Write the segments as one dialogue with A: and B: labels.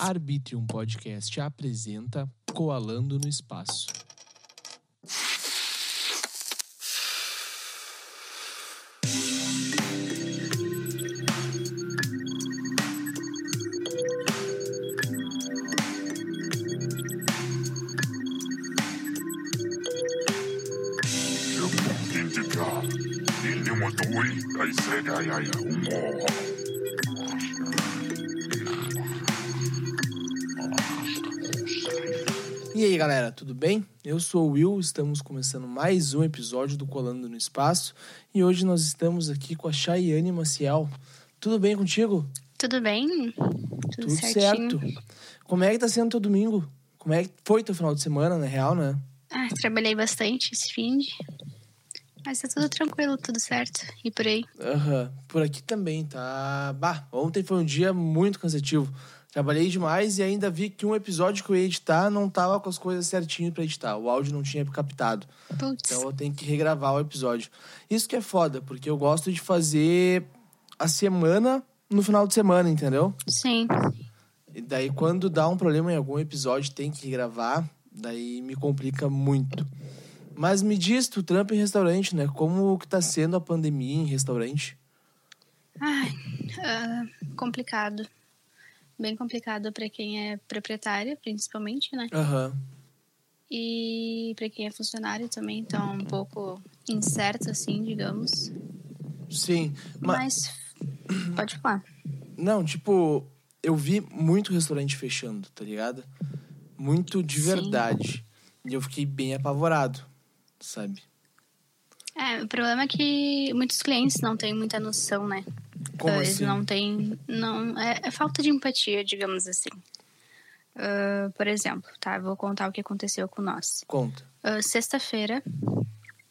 A: Arbitrium um Podcast apresenta Coalando no Espaço.
B: Autêntica. Ele matoi, aí cega, ai, ai, humor.
A: E aí, galera, tudo bem? Eu sou o Will, estamos começando mais um episódio do Colando no Espaço e hoje nós estamos aqui com a Chayane Maciel. Tudo bem contigo?
C: Tudo bem? Tudo,
A: Tudo
C: certinho.
A: certo. Como é que tá sendo teu domingo? Como é que foi teu final de semana, na real, né?
C: Ah, trabalhei bastante esse fim de. Mas tá tudo tranquilo, tudo certo. E por aí.
A: Aham, por aqui também, tá? Bah, ontem foi um dia muito cansativo. Trabalhei demais e ainda vi que um episódio que eu ia editar não tava com as coisas certinho pra editar. O áudio não tinha captado.
C: Putz,
A: Então eu tenho que regravar o episódio. Isso que é foda, porque eu gosto de fazer a semana no final de semana, entendeu?
C: sim.
A: E daí quando dá um problema em algum episódio, tem que regravar, daí me complica muito. Mas me diz, tu trampa em restaurante, né? Como que tá sendo a pandemia em restaurante?
C: Ai, ah, complicado. Bem complicado pra quem é proprietária, principalmente, né?
A: Aham.
C: E pra quem é funcionário também, então um pouco incerto, assim, digamos.
A: Sim, mas
C: Mas. Pode falar.
A: Não, tipo, eu vi muito restaurante fechando, tá ligado? Muito de
C: Sim.
A: verdade. E eu fiquei bem apavorado, sabe?
C: É, o problema é que muitos clientes não têm muita noção, né?
A: Como
C: Ah, Eles
A: assim?
C: não têm. Não, é, é falta de empatia, digamos assim. Ah, por exemplo, tá? eu Vou contar o que aconteceu com nós.
A: Conta.
C: Ah, Sexta-feira,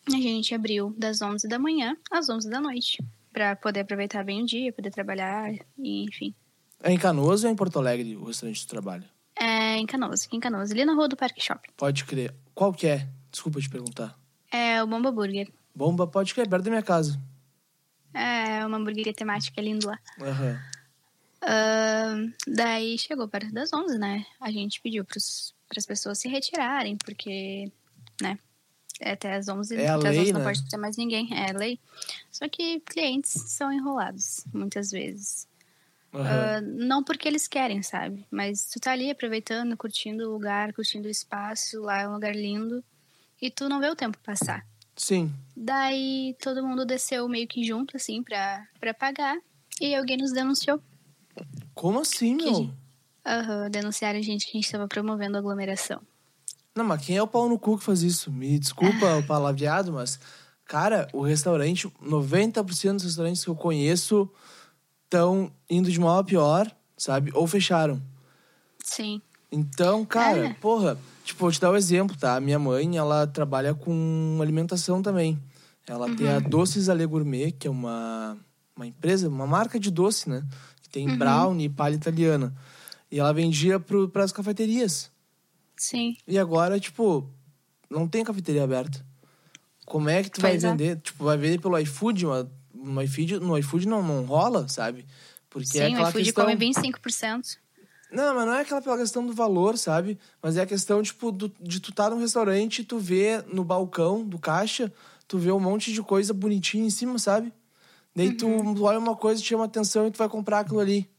C: a gente abriu das 11 da manhã às 11 da noite. Pra poder aproveitar bem o dia, poder trabalhar, e, enfim.
A: É em Canoas ou é em Porto Alegre o restaurante que tu trabalha?
C: É em Canoas, aqui em Canoas, ali na rua do Parque Shopping.
A: Pode crer. Qual que é? Desculpa te perguntar.
C: É o Bomba Burger.
A: Bomba, pode crer, perto da minha casa.
C: É uma hamburgueria temática lindo lá.
A: Aham.
C: Ahn, daí chegou perto das 11, né? A gente pediu para as pessoas se retirarem, porque, né? é Até as 11,
A: É a
C: até as
A: lei,
C: 11 não
A: né?
C: pode ter mais ninguém, é a lei. Só que clientes são enrolados, muitas vezes.
A: Aham.
C: Ah, não porque eles querem, sabe? Mas tu tá ali aproveitando, curtindo o lugar, curtindo o espaço, lá é um lugar lindo, e tu não vê o tempo passar.
A: Sim.
C: Daí todo mundo desceu meio que junto, assim, pra, pra pagar, e alguém nos denunciou.
A: Como assim,
C: Que
A: meu?
C: gente- Aham, denunciaram a gente que a gente estava promovendo aglomeração.
A: Não, mas quem é o pau no cu que faz isso? Me desculpa o palavreado, mas, cara, o restaurante, 90% dos restaurantes que eu conheço estão indo de mal a pior, sabe? Ou fecharam.
C: Sim.
A: Então, cara,
C: É.
A: porra, tipo, vou te dar um exemplo, tá? A minha mãe, ela trabalha com alimentação também. Ela tem a Doces Ale Gourmet, que é uma, uma empresa, uma marca de doce, né? Que tem brownie e palha italiana. E ela vendia para as cafeterias.
C: Sim.
A: E agora, tipo, não tem cafeteria aberta. Como é que tu
C: Pois
A: vai
C: é.
A: vender? Tipo, vai vender pelo iFood, mas no iFood, no iFood não, não rola, sabe? Porque é
C: Sim, o
A: aquela
C: iFood
A: questão...
C: come 25%.
A: Não, mas não é aquela pela questão do valor, sabe? Mas é a questão, tipo, do- de tu tá num restaurante e tu vê no balcão do caixa, tu vê um monte de coisa bonitinha em cima, sabe? Daí
C: Uhum.
A: tu olha uma coisa, te chama atenção e tu vai comprar aquilo ali.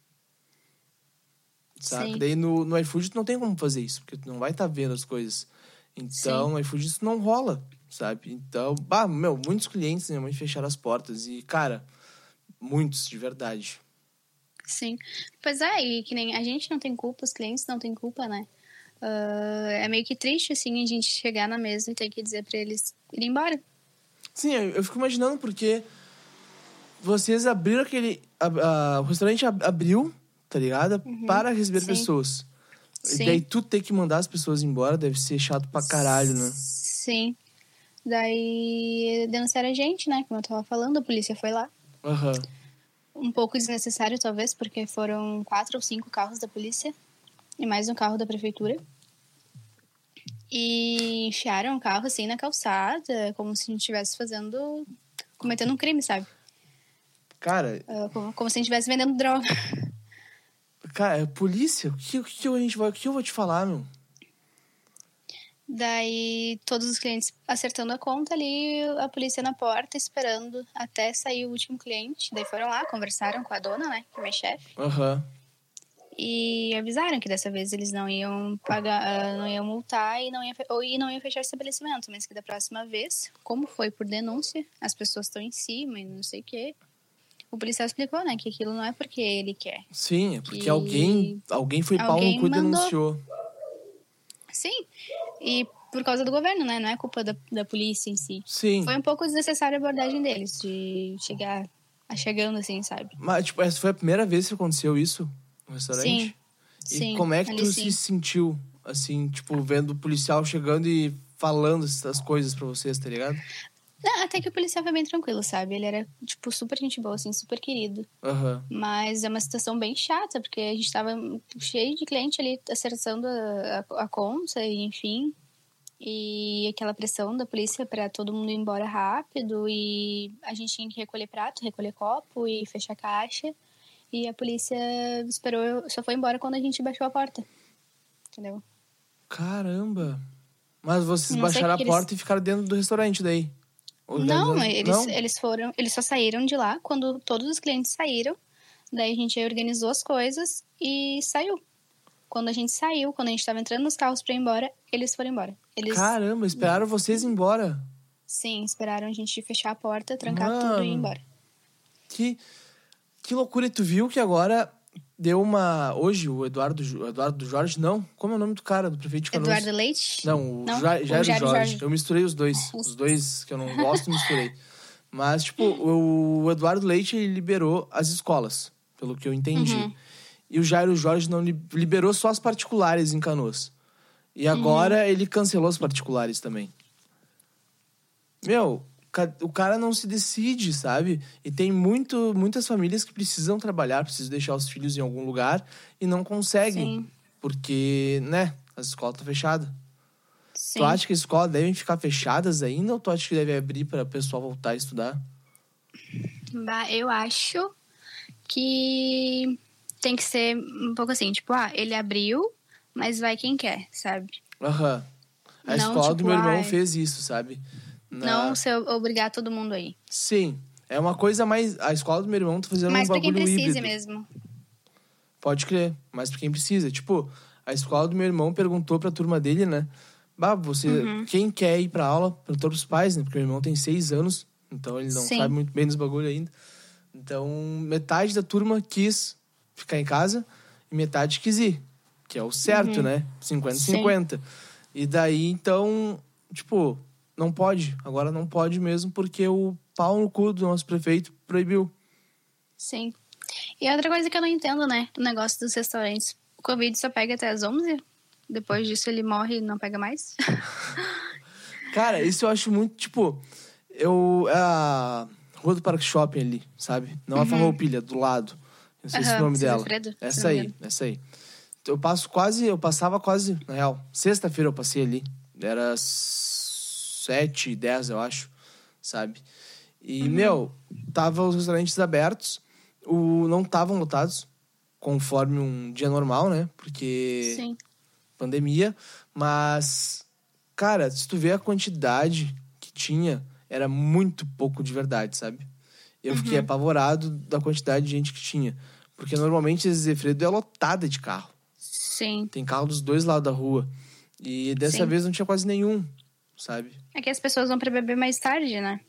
A: Saca?
C: Sim.
A: Daí no, no iFood tu não tem como fazer isso, porque tu não vai estar vendo as coisas. Então, no iFood isso não rola, sabe? Então, bah, meu, muitos clientes, minha mãe fecharam as portas. E, cara, muitos, de verdade.
C: Sim. Pois é, e que nem a gente não tem culpa, os clientes não têm culpa, né? Ah, é meio que triste, assim, a gente chegar na mesa e ter que dizer pra eles ir embora.
A: Sim, eu, eu fico imaginando porque vocês abriram aquele. a- a- o restaurante ab- abriu, tá ligado? Para receber
C: Uhum. sim.
A: pessoas. E
C: Sim.
A: daí tu ter que mandar as pessoas embora deve ser chato pra caralho, né?
C: Sim. Daí denunciaram a gente, né? Como eu tava falando, a polícia foi lá.
A: Aham.
C: Um pouco desnecessário, talvez, porque foram quatro ou cinco carros da polícia e mais um carro da prefeitura. E enfiaram o carro assim na calçada, como se a gente estivesse fazendo. cometendo um crime, sabe?
A: Cara,
C: Ah, Como, como se a gente estivesse vendendo droga.
A: Cara, é polícia? O que, o que a gente vai, o que eu vou te falar, meu?
C: Daí todos os clientes acertando a conta ali, a polícia na porta esperando até sair o último cliente. Daí foram lá, conversaram com a dona, né, que é minha chefe,
A: Aham.
C: e avisaram que dessa vez eles não iam pagar, ah, não iam multar e não iam, fe- ou, e não iam fechar o estabelecimento, mas que da próxima vez, como foi por denúncia, as pessoas estão em cima e não sei o quê. O policial explicou, né, que aquilo não é porque ele quer,
A: Sim, é porque
C: Que-
A: alguém, alguém foi pau no
C: Alguém
A: cu e
C: mandou.
A: denunciou.
C: Sim, e por causa do governo, né? Não é culpa da, da polícia em si.
A: Sim.
C: Foi um pouco desnecessária a abordagem deles, de chegar a chegando assim, sabe?
A: Mas, tipo, essa foi a primeira vez que aconteceu isso no restaurante?
C: Sim.
A: E
C: Sim,
A: como é que
C: ali
A: tu
C: sim.
A: se sentiu, assim, tipo, vendo o policial chegando e falando essas coisas pra vocês, tá ligado?
C: Não, até que o policial foi bem tranquilo, sabe? Ele era, tipo, super gente boa, assim, super querido.
A: Aham.
C: Mas é uma situação bem chata, porque a gente tava cheio de cliente ali acertando a, a, a conta, e enfim. E aquela pressão da polícia pra todo mundo ir embora rápido. E a gente tinha que recolher prato, recolher copo e fechar caixa. E a polícia esperou, eu- só foi embora quando a gente baixou a porta. Entendeu?
A: Caramba. Mas vocês
C: Não sei
A: baixaram a
C: que eles-
A: porta e ficaram dentro do restaurante daí? Ou
C: Não,
A: dentro-
C: eles,
A: não?
C: eles foram, eles só saíram de lá quando todos os clientes saíram. Daí a gente organizou as coisas e saiu. Quando a gente saiu, quando a gente tava entrando nos carros pra ir embora, eles foram embora. Eles
A: Caramba, esperaram vocês ir embora.
C: sim, esperaram a gente fechar a porta, trancar tudo e ir
A: Mano.
C: embora.
A: Que, que loucura. E tu viu que agora deu uma... Hoje o Eduardo, Ju- Eduardo Jorge, não? Como é o nome do cara, do prefeito de Canoas?
C: Eduardo Leite?
A: Não, o
C: Não?
A: Ja-
C: O
A: Jairo
C: Jairo
A: Jorge.
C: Jorge.
A: Eu misturei os dois. Os dois que eu não gosto, eu misturei. Mas, tipo, o Eduardo Leite ele liberou as escolas, pelo que eu entendi. E o Jairo Jorge não li- liberou só as particulares em Canoas. E agora ele cancelou as particulares também. Meu, ca- o cara não se decide, sabe? E tem muito, muitas famílias que precisam trabalhar, precisam deixar os filhos em algum lugar e não conseguem.
C: Sim.
A: Porque, né, as escolas estão fechadas.
C: Sim.
A: Tu acha que as escolas devem ficar fechadas ainda ou tu acha que deve abrir para o pessoal voltar a estudar?
C: Bah, Eu acho que tem que ser um pouco assim, tipo, ah, ele abriu, mas vai quem quer, sabe?
A: Aham. A
C: Não,
A: escola do
C: tipo,
A: meu irmão
C: ai.
A: fez isso, sabe? Na-
C: Não ser obrigar todo mundo aí.
A: Sim. É uma coisa mais. A escola do meu irmão tá fazendo
C: Mas
A: um
C: pra quem
A: bagulho
C: precisa
A: híbrido.
C: mesmo.
A: Pode crer, mas pra quem precisa. Tipo, a escola do meu irmão perguntou pra turma dele, né? Bah, você. Quem quer ir pra aula? Perguntou pros pais, né? Porque meu irmão tem seis anos, então ele não
C: Sim.
A: sabe muito bem dos bagulho ainda. Então, metade da turma quis ficar em casa e metade quis ir. Que é o certo, né? 50-50. E daí, então, tipo, não pode. Agora não pode mesmo, porque o pau no cu do nosso prefeito proibiu.
C: Sim. E outra coisa que eu não entendo, né? O negócio dos restaurantes. O Covid só pega até as 11. Depois disso ele morre e não pega mais.
A: Cara, isso eu acho muito, tipo, eu. é A Rua do Parque Shopping ali, sabe? Não a Farroupilha, do lado. Não sei se é o
C: Uhum. Aham,
A: nome
C: César
A: dela.
C: Fredo, se
A: essa
C: não me
A: aí,
C: engano.
A: essa aí. Eu passo quase, eu passava quase, na real. Sexta-feira eu passei ali. Era sete, e dez, eu acho, sabe? E,
C: Uhum.
A: meu, tava os restaurantes abertos, o, não estavam lotados, conforme um dia normal, né? Porque
C: Sim.
A: pandemia, mas cara, se tu vê a quantidade que tinha, era muito pouco de verdade, sabe? Eu fiquei apavorado da quantidade de gente que tinha, porque normalmente esse Zefredo é lotada de carro.
C: Sim.
A: Tem carro dos dois lados da rua. E dessa
C: Sim.
A: vez não tinha quase nenhum, sabe?
C: É que as pessoas vão pra beber mais tarde, né?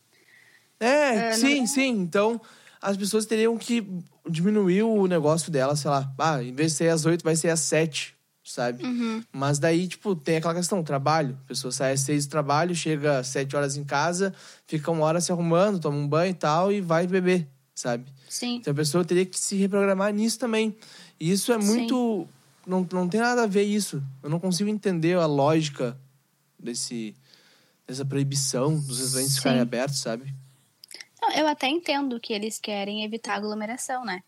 A: É,
C: É,
A: sim, sim. Então, as pessoas teriam que diminuir o negócio dela, sei lá. Ah, em vez de ser às oito, vai ser às sete, sabe?
C: Uhum.
A: Mas daí, tipo, tem aquela questão, trabalho. A pessoa sai às seis do trabalho, chega às sete horas em casa, fica uma hora se arrumando, toma um banho e tal, e vai beber, sabe?
C: Sim.
A: Então a pessoa teria que se reprogramar nisso também. E isso é
C: Sim.
A: muito. Não, não tem nada a ver isso. Eu não consigo entender a lógica desse, dessa proibição dos restaurantes
C: Sim.
A: ficarem abertos, sabe?
C: Não, eu até entendo que eles querem evitar aglomeração, né?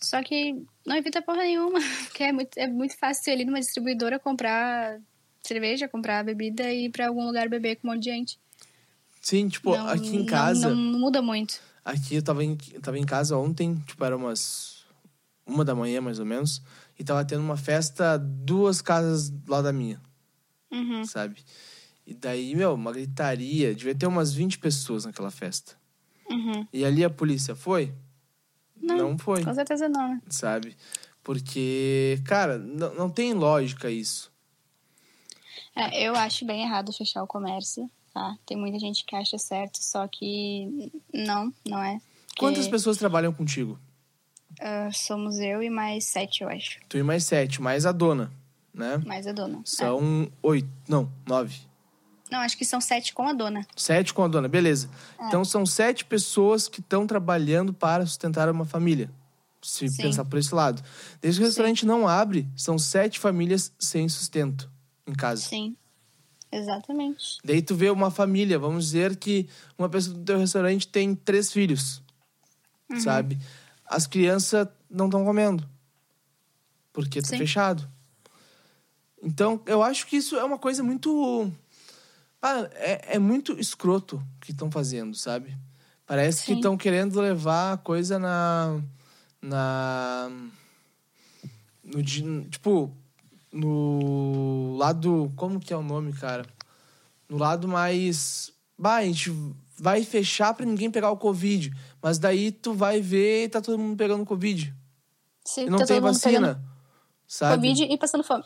C: Só que não evita porra nenhuma. Porque é muito, é muito fácil você ir ali numa distribuidora comprar cerveja, comprar bebida e ir pra algum lugar beber com um monte de gente.
A: Sim, tipo,
C: Não-
A: aqui em
C: não-
A: casa.
C: não muda muito.
A: Aqui eu tava em, eu tava em casa ontem, tipo, era umas uma da manhã mais ou menos, e E tava tendo uma festa duas casas lá da minha,
C: Uhum.
A: sabe? E daí, meu, uma gritaria. Devia ter umas 20 pessoas naquela festa.
C: Uhum.
A: E ali a polícia foi?
C: Não.
A: foi,
C: Com certeza não, né?
A: sabe? Porque, cara, não, não tem lógica isso.
C: É, eu acho bem errado fechar o comércio, tá? Tem muita gente que acha certo, só que não, não é. Porque,
A: Quantas pessoas trabalham contigo?
C: ah, somos eu e mais sete, eu acho.
A: Tu e mais sete, mais a dona, né?
C: Mais a dona. É.
A: São oito, não, nove.
C: Não, acho que são sete com a dona.
A: Sete com a dona, beleza.
C: É.
A: Então são sete pessoas que estão trabalhando para sustentar uma família. Se
C: Sim.
A: pensar por esse lado. Desde que o restaurante não abre, são sete famílias sem sustento em casa.
C: Sim. Exatamente.
A: Daí tu vê uma família, vamos dizer que uma pessoa do teu restaurante tem três filhos,
C: Uhum.
A: sabe? As crianças não estão comendo, porque tá
C: Sim.
A: fechado. Então, eu acho que isso é uma coisa muito... Ah, é, é muito escroto o que estão fazendo, sabe? Parece que
C: Sim.
A: estão querendo levar a coisa na... na no, di- tipo, no lado... Como que é o nome, cara? no lado mais. Bah, a gente vai fechar pra ninguém pegar o Covid. Mas daí tu vai ver e tá todo mundo pegando Covid.
C: Se
A: E não
C: tá
A: tem
C: todo mundo pegando
A: vacina. Sabe?
C: Covid e passando fome.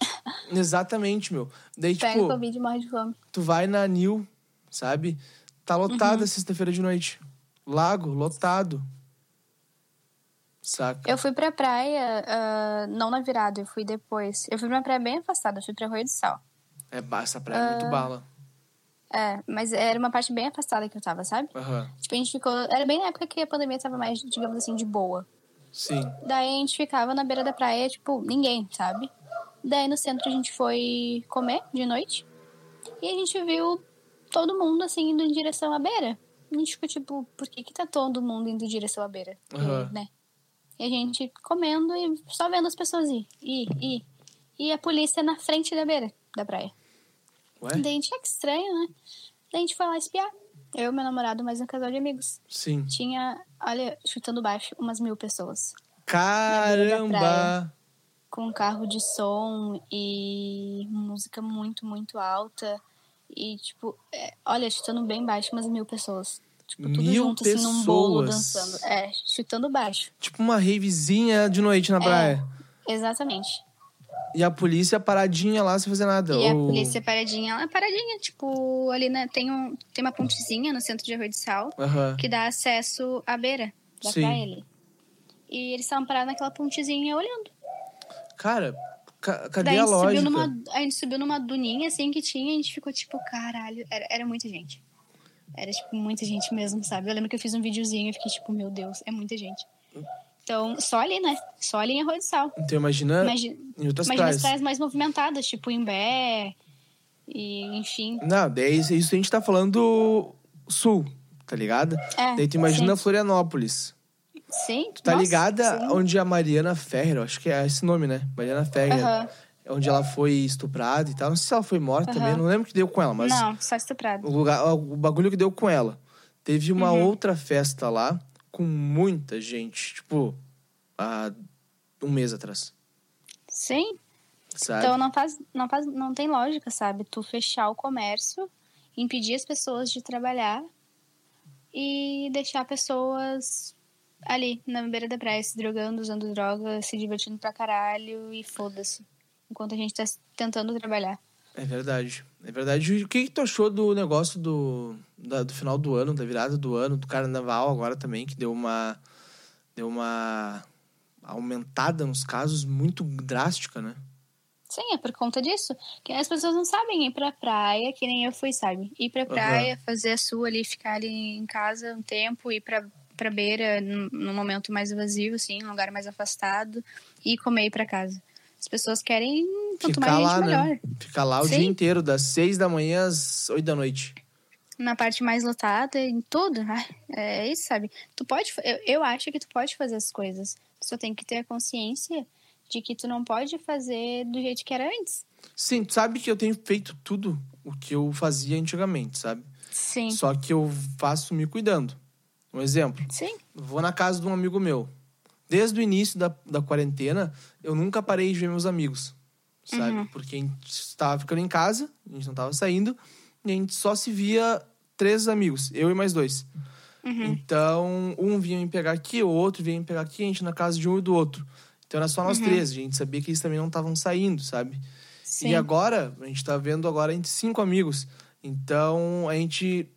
A: Exatamente, meu. Daí,
C: Pega
A: tipo,
C: Covid e morre de fome.
A: tu vai na Nil, sabe? Tá lotada
C: Uhum.
A: sexta-feira de noite. Lago, lotado. Saca?
C: Eu fui pra praia, ah, não na virada, eu fui depois. Eu fui pra uma praia bem afastada, eu fui pra Rio do Sal.
A: É, bah, essa praia é
C: Ah.
A: muito bala.
C: É, mas era uma parte bem afastada que eu tava, sabe?
A: Aham.
C: Tipo, a gente ficou. Era bem na época que a pandemia tava mais, digamos assim, de boa.
A: Sim.
C: Daí a gente ficava na beira da praia, tipo, ninguém, sabe? Daí no centro a gente foi comer de noite. E a gente viu todo mundo, assim, indo em direção à beira. A gente ficou tipo, por que que tá todo mundo indo em direção à beira? E,
A: Aham.
C: né? E a gente comendo e só vendo as pessoas ir, ir, ir. E a polícia na frente da beira da praia.
A: Ué?
C: Daí a gente, ah, que estranho, né? Daí a gente foi lá espiar. Eu, meu namorado, mais um casal de amigos.
A: Sim.
C: Tinha, olha, chutando baixo, umas mil pessoas.
A: Caramba!
C: Com um carro de som e música muito, muito alta. E, tipo, é, olha, chutando bem baixo, umas mil pessoas. Tipo, tudo
A: Mil
C: junto, assim, num bolo
A: pessoas.
C: dançando. É, chutando baixo.
A: Tipo uma ravezinha de noite
C: É.
A: na praia.
C: Exatamente.
A: E a polícia paradinha lá sem fazer nada.
C: E a
A: ou-
C: polícia paradinha, ela é paradinha, tipo, ali né, tem, um, tem uma pontezinha no centro de Arroio de Sal.
A: Aham.
C: que dá acesso à beira da
A: Sim.
C: praia ali. E eles estavam parados naquela pontezinha olhando.
A: Cara, ca- cadê
C: Daí
A: a
C: a, gente
A: lógica?
C: subiu numa, a gente subiu numa duninha assim que tinha e a gente ficou tipo, caralho, era, era muita gente. Era tipo muita gente mesmo, sabe? Eu lembro que eu fiz um videozinho e fiquei tipo, meu Deus, é muita gente. Então, só ali, né? Só ali em Arroio de Sal.
A: Então imagina
C: Imagina,
A: em outras
C: imagina as
A: praias.
C: praias mais movimentadas, tipo Imbé e enfim.
A: Não, daí isso isso a gente tá falando sul, tá ligado?
C: É,
A: daí tu imagina Florianópolis.
C: Sim,
A: Tu tá
C: nossa,
A: ligada
C: sim.
A: onde a Mariana Ferrer, eu acho que é esse nome, né? Mariana Ferrer. é
C: Aham.
A: Onde ela foi estuprada e tal. Não sei se ela foi morta
C: Aham.
A: também, não lembro o que deu com ela, mas
C: Não, só estuprado.
A: o, lugar, o bagulho que deu com ela. Teve uma
C: Uhum.
A: outra festa lá com muita gente, tipo, há um mês atrás,
C: Sim,
A: sabe?
C: Então não faz, não faz, não tem lógica, sabe? Tu fechar o comércio, impedir as pessoas de trabalhar e deixar pessoas ali na beira da praia se drogando, usando droga, se divertindo pra caralho e foda-se. Enquanto a gente tá s- tentando trabalhar.
A: É verdade. É verdade. E O que, que tu achou do negócio do, da- do final do ano, da virada do ano, do carnaval agora também, que deu uma. Deu uma aumentada nos casos muito drástica, né?
C: Sim, é por conta disso. Que as pessoas não sabem ir pra praia, que nem eu fui, sabe? Ir pra praia, fazer a sua ali, ficar ali em casa um tempo, ir pra, pra beira num, num momento mais vazio, assim, num lugar mais afastado, e comer e ir pra casa. As pessoas querem quanto mais gente, melhor.
A: Ficar lá o
C: Sim.
A: dia inteiro, das seis da manhã às oito da noite.
C: Na parte mais lotada, em tudo. Ai, é isso, sabe? Tu pode. fa- Eu, eu acho que tu pode fazer as coisas. Tu só tem que ter a consciência de que tu não pode fazer do jeito que era antes.
A: Sim, tu sabe que eu tenho feito tudo o que eu fazia antigamente, sabe?
C: Sim.
A: Só que eu faço me cuidando. Um exemplo.
C: Sim.
A: Vou na casa de um amigo meu. Desde o início da, da quarentena, eu nunca parei de ver meus amigos, sabe? Porque a gente estava ficando em casa, a gente não estava saindo, e a gente só se via três amigos, eu e mais dois. Então, um vinha me pegar aqui, o outro vinha me pegar aqui, a gente na casa de um e do outro. Então era só nós três, a gente sabia que eles também não estavam saindo, sabe?
C: Sim.
A: E agora, a gente tá vendo agora entre cinco amigos. Então, a gente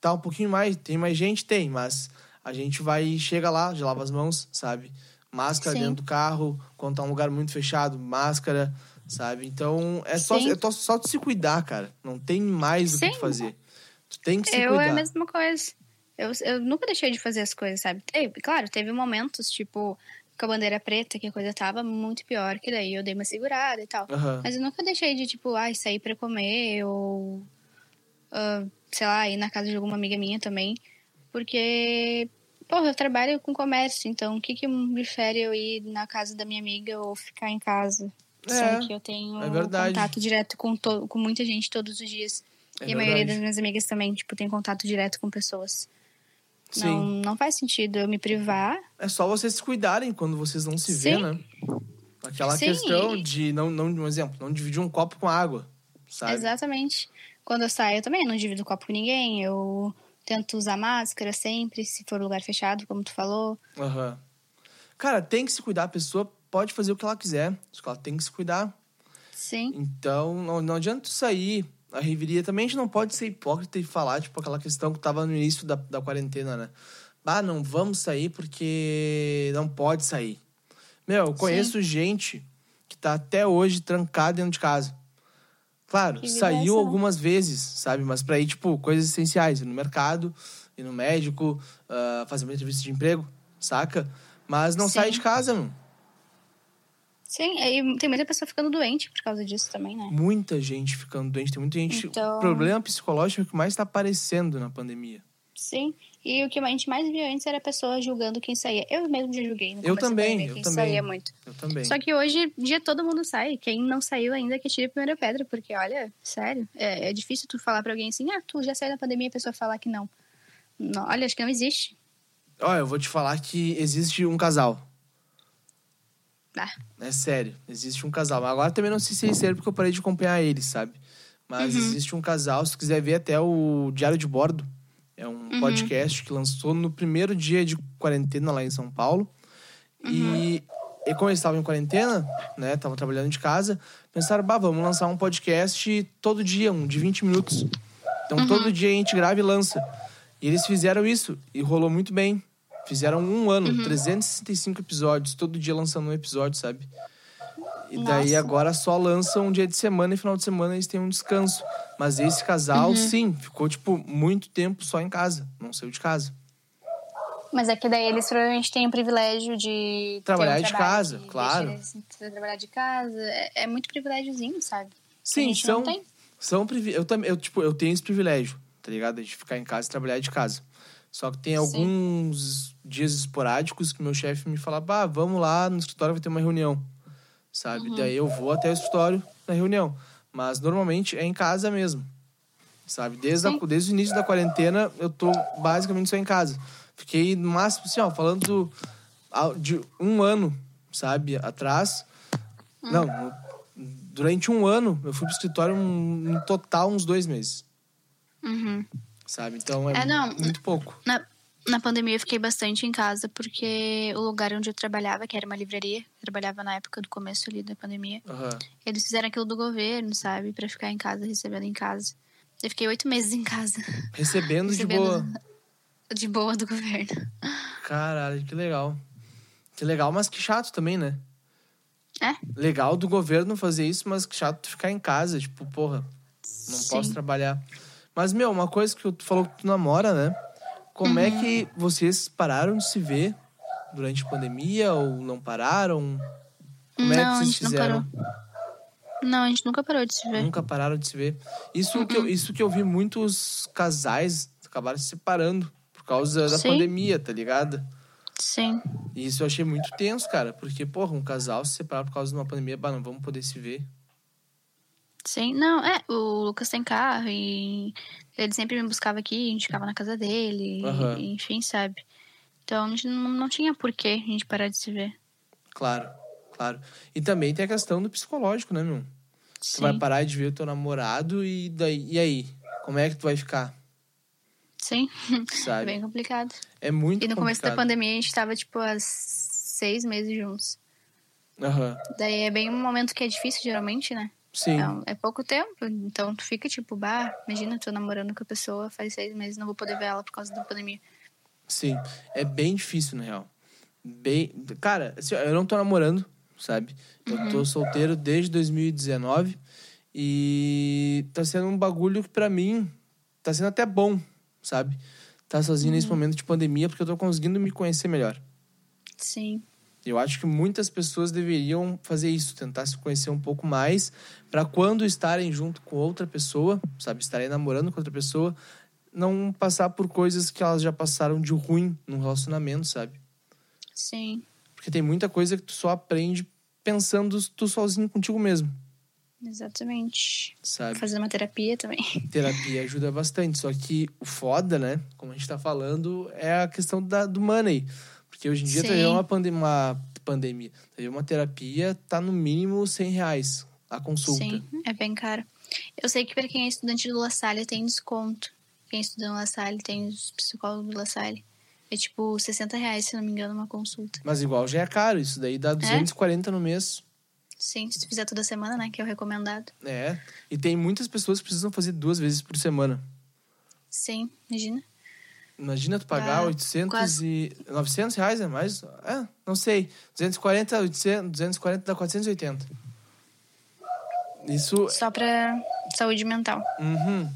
A: tá um pouquinho mais. Tem mais gente? Tem, mas a gente vai e chega lá, já lava as mãos, sabe? Máscara
C: Sim.
A: dentro do carro, quando tá um lugar muito fechado, máscara, sabe? Então, é só,
C: Sim.
A: é to- só tu se cuidar, cara. Não tem mais o que
C: Sim.
A: tu fazer. Tu tem que se
C: eu
A: cuidar.
C: é a mesma coisa. Eu, eu nunca deixei de fazer as coisas, sabe? Teve- claro, teve momentos, tipo, com a bandeira preta, que a coisa tava muito pior, que daí eu dei uma segurada e tal.
A: Aham. é
C: Mas eu nunca deixei de, tipo, ai, sair pra comer ou. ah, sei lá, ir na casa de alguma amiga minha também. Porque. Porra, eu trabalho com comércio, então o que que difere eu ir na casa da minha amiga ou ficar em casa?
A: É,
C: Sendo que eu tenho
A: é verdade.
C: contato direto com, to- com muita gente todos os dias.
A: É
C: e a maioria das
A: verdade.
C: minhas amigas também, tipo, tem contato direto com pessoas.
A: Sim.
C: Não, não faz sentido eu me privar.
A: É só vocês se cuidarem quando vocês não se vê,
C: Sim.
A: né? Aquela
C: Sim,
A: questão
C: e-
A: de, não, não, um exemplo, não dividir um copo com água, sabe?
C: Exatamente. Quando eu saio, eu também não divido copo com ninguém. Eu tento usar máscara sempre, se for lugar fechado, como tu falou.
A: Aham. Cara, tem que se cuidar. A pessoa pode fazer o que ela quiser, só que ela tem que se cuidar.
C: Sim.
A: Então, não, não adianta tu sair. A reviria também a gente não pode ser hipócrita e falar, tipo, aquela questão que tava no início da, da quarentena, né? Ah, não vamos sair porque não pode sair. Meu, eu conheço gente que tá até hoje trancada dentro de casa. Claro,
C: Que vida é essa,
A: saiu
C: né?
A: algumas vezes, sabe? Mas pra ir, tipo, coisas essenciais, ir no mercado, ir no médico, ah, fazer uma entrevista de emprego, saca? Mas não
C: Sim.
A: sai de casa, meu.
C: Sim, e tem muita pessoa ficando doente por causa disso também, né?
A: muita gente ficando doente, tem muita gente.
C: Então-
A: Problema psicológico é o que mais está aparecendo na pandemia.
C: Sim. E o que a gente mais via antes era a pessoa julgando quem saía. Eu mesmo já julguei. No
A: Eu
C: começo da
A: também,
C: pandemia,
A: eu
C: quem
A: também.
C: saía muito.
A: Eu também.
C: Só que hoje, em dia todo mundo sai. Quem não saiu ainda, que tire a primeira pedra. Porque, olha, sério, é, é difícil tu falar pra alguém assim, ah, tu já saiu da pandemia e a pessoa falar que não. não. Olha, acho que não existe.
A: Olha, eu vou te falar que existe um casal.
C: Ah.
A: É sério, existe um casal. Mas Agora também não sei se é sério porque eu parei de acompanhar eles, sabe? Mas
C: Uhum.
A: existe um casal, se tu quiser ver até o Diário de Bordo. É um
C: Uhum.
A: podcast que lançou no primeiro dia de quarentena lá em São Paulo.
C: Uhum.
A: E, e como eles estavam em quarentena, né? Estavam trabalhando de casa, pensaram, bah, vamos lançar um podcast todo dia, um de 20 minutos. Então
C: Uhum.
A: todo dia a gente grava e lança. E eles fizeram isso, e rolou muito bem. Fizeram um ano,
C: Uhum.
A: 365 episódios, todo dia lançando um episódio, sabe? E daí
C: Nossa.
A: agora só lançam um dia de semana e final de semana eles têm um descanso. Mas esse casal,
C: Uhum.
A: sim, ficou, tipo, muito tempo só em casa. Não saiu de casa.
C: Mas é que daí eles provavelmente têm o privilégio de
A: Trabalhar
C: ter um
A: de
C: trabalho
A: casa,
C: que
A: claro.
C: deixa eles trabalhar de casa é, é muito privilégiozinho, sabe?
A: Sim,
C: a gente
A: são.
C: não tem.
A: São privi- eu também, eu tipo, eu tenho esse privilégio, tá ligado? De ficar em casa e trabalhar de casa. Só que tem alguns dias esporádicos que meu chefe me fala: "Bah, vamos lá no escritório vai ter uma reunião". Sabe? Daí eu vou até o escritório na reunião, mas normalmente é em casa mesmo. Sabe? Desde, a-
C: Sim.
A: desde o início da quarentena, eu tô basicamente só em casa. Fiquei no máximo assim, ó, falando do- ao- de um ano, sabe, atrás. Não, no- durante um ano, eu fui pro escritório um, no total uns dois meses,
C: Uhum.
A: sabe? Então é,
C: É, não.
A: muito pouco.
C: Na, na pandemia eu fiquei bastante em casa, porque o lugar onde eu trabalhava, que era uma livraria, eu trabalhava na época do começo ali da pandemia,
A: Aham.
C: eles fizeram aquilo do governo, sabe? Pra ficar em casa, recebendo em casa. Eu fiquei oito meses em casa,
A: Recebendo, de
C: Recebendo.
A: boa.
C: de boa do governo.
A: Caralho, que legal. Que legal, mas que chato também, né?
C: É?
A: Legal do governo fazer isso, mas que chato tu ficar em casa. Tipo, porra, não posso trabalhar. Mas, meu, uma coisa que tu falou que tu namora, né? Como é
C: Uhum.
A: que vocês pararam de se ver durante a pandemia ou não pararam? Como é que
C: Não, a
A: vocês
C: gente não
A: fizeram?
C: Não, a gente nunca parou de se ver.
A: Nunca pararam de se ver. Isso, que,
C: Uhum.
A: eu, isso que eu vi muitos casais acabaram se separando por causa da
C: Sim.
A: pandemia, tá ligado?
C: Sim.
A: E isso eu achei muito tenso, cara. Porque, porra, um casal se separar por causa de uma pandemia, bah, não vamos poder se ver.
C: Sim, não, é, o Lucas tem carro e ele sempre me buscava aqui, a gente ficava na casa dele,
A: Aham.
C: e- enfim, sabe? Então a gente não, não tinha porquê a gente parar de se ver.
A: Claro, claro. E também tem a questão do psicológico, né, meu? Tu
C: Sim,
A: vai parar de ver teu namorado e daí e aí? Como é que tu vai ficar?
C: sim. É
A: Sabe?
C: bem complicado.
A: É muito
C: E no começo da
A: complicado.
C: pandemia a gente tava, tipo, há seis meses juntos.
A: Aham.
C: Daí é bem um momento que é difícil, geralmente, né?
A: Sim.
C: Então, é pouco tempo, então tu fica tipo, bah, imagina, tô namorando com a pessoa faz seis meses, não vou poder ver ela por causa da pandemia.
A: Sim, é bem difícil, na real. Bem... Cara, assim, ó, eu não tô namorando, sabe? Eu tô solteiro desde 2019 e tá sendo um bagulho que pra mim tá sendo até bom, sabe? Tá sozinho nesse momento de pandemia porque eu tô conseguindo me conhecer melhor.
C: Sim,
A: Eu acho que muitas pessoas deveriam fazer isso, tentar se conhecer um pouco mais, pra quando estarem junto com outra pessoa, sabe, estarem namorando com outra pessoa, não passar por coisas que elas já passaram de ruim num relacionamento, sabe?
C: sim,
A: Porque tem muita coisa que tu só aprende pensando tu sozinho contigo mesmo,
C: exatamente.
A: sabe?
C: Fazer uma terapia também.
A: Terapia ajuda bastante, só que o foda, né, como a gente tá falando, é a questão da, do money. Porque hoje em dia tá
C: Sim.
A: uma, pandem uma pandemia, tá uma terapia, tá no mínimo 100 reais a consulta.
C: Sim, é bem caro. Eu sei que pra quem é estudante do La Salle tem desconto. Quem estuda no La Salle tem os psicólogos do La Salle. É tipo 60 reais, se não me engano, uma consulta.
A: Mas igual já é caro, isso daí dá 240 no mês.
C: Sim, se tu fizer toda semana, né, que é o recomendado.
A: É. E tem muitas pessoas que precisam fazer duas vezes por semana.
C: Sim, imagina.
A: Imagina tu pagar
C: Dá
A: 800
C: É, quase-
A: e... 900 reais, é mais? É, não sei. 240, 800, 240 dá 480. Isso...
C: Só pra saúde mental.
A: Uhum.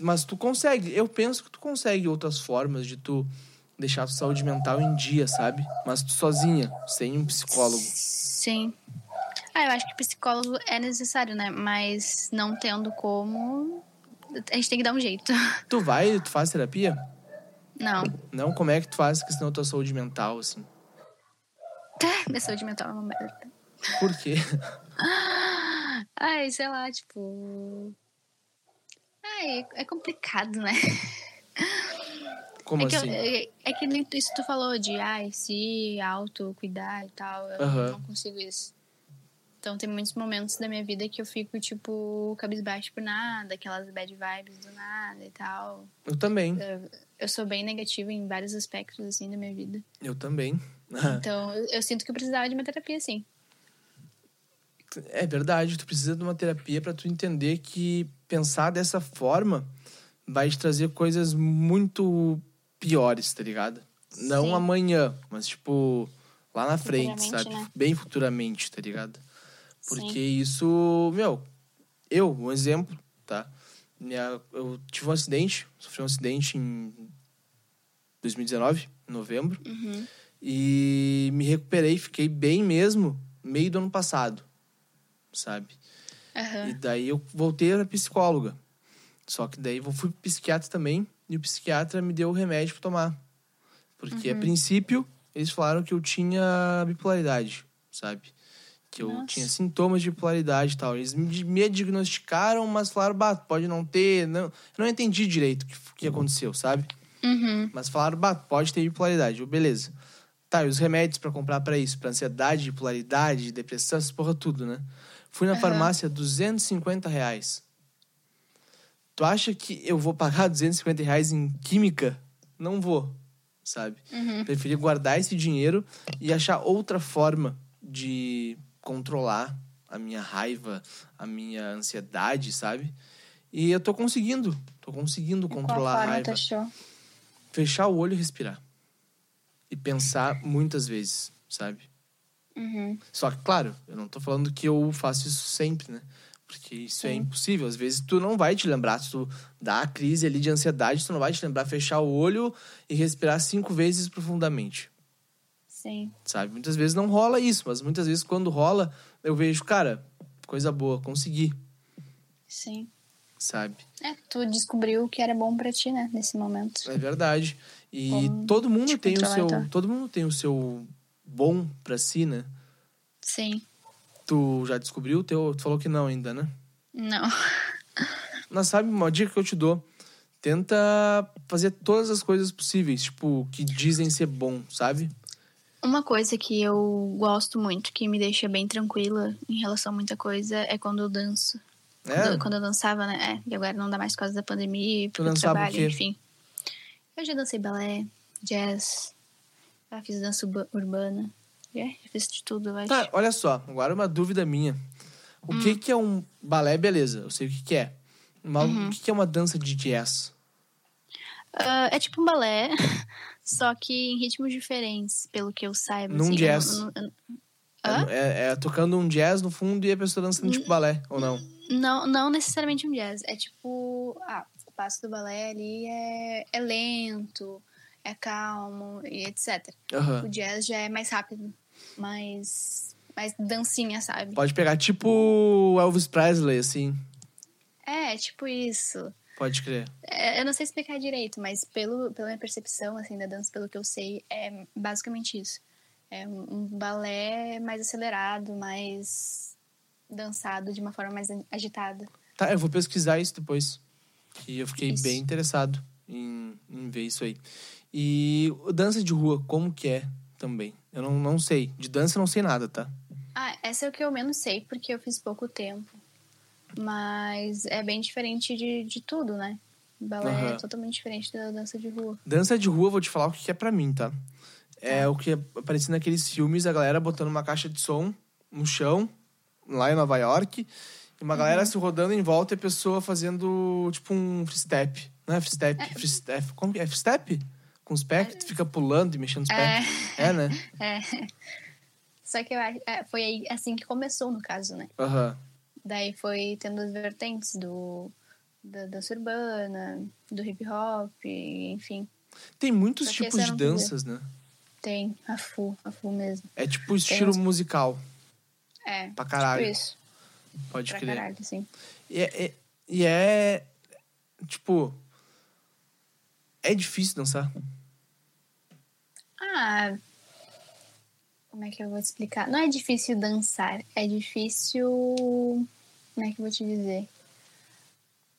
A: Mas tu consegue. Eu penso que tu consegue outras formas de tu deixar a tua saúde mental em dia, sabe? Mas tu sozinha, sem um psicólogo.
C: Sim. Ah, eu acho que psicólogo é necessário, né? Mas não tendo como, a gente tem que dar um jeito.
A: Tu vai, tu faz terapia?
C: Não.
A: Não, como é que tu faz questão da tua saúde mental, assim?
C: Minha saúde mental é uma merda.
A: Por quê?
C: Ai, sei lá, tipo. Ai, é complicado, né?
A: Como
C: é, que eu-
A: assim?
C: é- é que nem isso que tu falou de ai, se autocuidar e tal. Eu
A: Aham.
C: não consigo isso. Então tem muitos momentos da minha vida que eu fico, tipo, cabisbaixo por nada, aquelas bad vibes do nada e tal.
A: Eu, também.
C: eu sou bem negativa em vários aspectos, assim, da minha vida.
A: Eu também.
C: Então, eu, eu sinto que eu precisava de uma terapia, sim.
A: É verdade, tu precisa de uma terapia pra tu entender que pensar dessa forma vai te trazer coisas muito piores, tá ligado? Não
C: Sim.
A: amanhã, mas tipo lá na frente,
C: Futuramente,
A: sabe?
C: né?
A: Bem futuramente, tá ligado? Porque
C: Sim.
A: isso, meu, eu, um exemplo, tá? Minha, eu tive um acidente, sofri um acidente em 2019, em novembro.
C: Uhum.
A: E me recuperei, fiquei bem mesmo, meio do ano passado, sabe?
C: Aham.
A: E daí eu voltei a psicóloga. Só que daí eu fui pro psiquiatra também, e o psiquiatra me deu o remédio pra tomar. Porque
C: Uhum.
A: a princípio, eles falaram que eu tinha bipolaridade, sabe? Que eu
C: Nossa.
A: tinha sintomas de bipolaridade e tal. Eles me, me diagnosticaram, mas falaram, bah, tu pode não ter. Não, eu não entendi direito o que, o que aconteceu, sabe?
C: Uhum.
A: Mas falaram, bah, pode ter bipolaridade. Eu, beleza. Tá, e os remédios pra comprar pra isso? Pra ansiedade, bipolaridade, depressão, essas porra tudo, né? Fui na
C: Aham.
A: farmácia, 250 reais. Tu acha que eu vou pagar 250 reais em química? Não vou, sabe?
C: Uhum.
A: Preferi guardar esse dinheiro e achar outra forma de controlar a minha raiva, a minha ansiedade, sabe? E eu tô conseguindo. Tô conseguindo controlar a raiva
C: achou?
A: fechar o olho e respirar. E pensar muitas vezes, sabe?
C: Uhum.
A: Só que, claro, eu não tô falando que eu faço isso sempre, né? Porque isso é
C: Sim.
A: impossível. Às vezes tu não vai te lembrar. Se tu dá a crise ali de ansiedade, tu não vai te lembrar fechar o olho e respirar cinco vezes profundamente,
C: Sim.
A: sabe? Muitas vezes não rola isso, mas muitas vezes quando rola, eu vejo, cara, coisa boa, consegui,
C: Sim.
A: sabe?
C: É, tu descobriu o que era bom pra ti, né? Nesse momento.
A: É verdade. E
C: Como
A: todo mundo
C: te
A: tem o
C: controlar,
A: seu,
C: então.
A: todo mundo tem o seu bom pra si, né?
C: Sim.
A: Tu já descobriu o teu? Tu falou que não ainda, né?
C: Não.
A: Mas sabe uma dica que eu te dou? Tenta fazer todas as coisas possíveis, tipo, que dizem ser bom, sabe?
C: Uma coisa que eu gosto muito, que me deixa bem tranquila em relação a muita coisa, é quando eu danço. Quando,
A: É.
C: eu- quando eu dançava, né? É, e agora não dá mais por causa da pandemia, porque eu
A: dançava o
C: trabalho,
A: quê?
C: enfim. Eu já dancei balé, jazz, já fiz dança urba- urbana. Já, já fiz de tudo, eu acho.
A: Tá, olha só, agora uma dúvida minha. O que
C: Hum.
A: que é um balé, beleza, eu sei o que que é. Mas
C: Uhum.
A: o que que é uma dança de jazz?
C: Ah, é tipo um balé, só que em ritmos diferentes, pelo que eu saiba.
A: Num
C: assim, eu
A: jazz.
C: não- eu-
A: É-
C: Hã? Hum.
A: É, é tocando um jazz no fundo e a pessoa dançando tipo balé, ou não?
C: Não, não necessariamente um jazz. É tipo. Ah, o passo do balé ali é, é lento, é calmo e etc.
A: Aham.
C: O jazz já é mais rápido, mais, mais dancinha, sabe?
A: Pode pegar tipo Elvis Presley, assim.
C: É, é tipo isso.
A: Pode crer.
C: É, eu não sei explicar direito, mas pelo, pela minha percepção assim, da dança, pelo que eu sei, é basicamente isso. É um, um balé mais acelerado, mais dançado de uma forma mais agitada.
A: Tá, eu vou pesquisar isso depois. Que eu fiquei
C: Isso.
A: bem interessado em, em ver isso aí. E o dança de rua, como que é também? Eu não, não sei. De dança eu não sei nada, tá?
C: Ah, essa é o que eu menos sei, porque eu fiz pouco tempo. Mas é bem diferente de, de tudo, né? Balé
A: Aham.
C: é totalmente diferente da dança de rua.
A: Dança de rua, eu vou te falar o que é pra mim, tá? É o que aparece naqueles filmes, a galera botando uma caixa de som no chão, lá em Nova York, e uma galera se rodando em volta e a pessoa fazendo, tipo, um free step. Não é free step? Free step. Como que é? Free step? Com os pés que tu fica pulando e mexendo os
C: É.
A: pés. É, né?
C: Só que eu acho, é, foi aí, assim que começou, no caso, né?
A: Aham.
C: Daí foi tendo as vertentes do, da dança urbana, do hip hop, enfim.
A: Tem muitos
C: Só que
A: tipos
C: esse eu
A: de
C: não sabia.
A: danças, né?
C: Tem a FU, a FU mesmo.
A: É tipo estilo
C: uns-
A: musical,
C: É,
A: pra caralho.
C: tipo isso.
A: Pode
C: Pra
A: crer.
C: caralho, assim. sim.
A: E é, é- e é. Tipo. É difícil dançar.
C: Ah, como é que eu vou te explicar? Não é difícil dançar, é difícil. Como é que eu vou te dizer?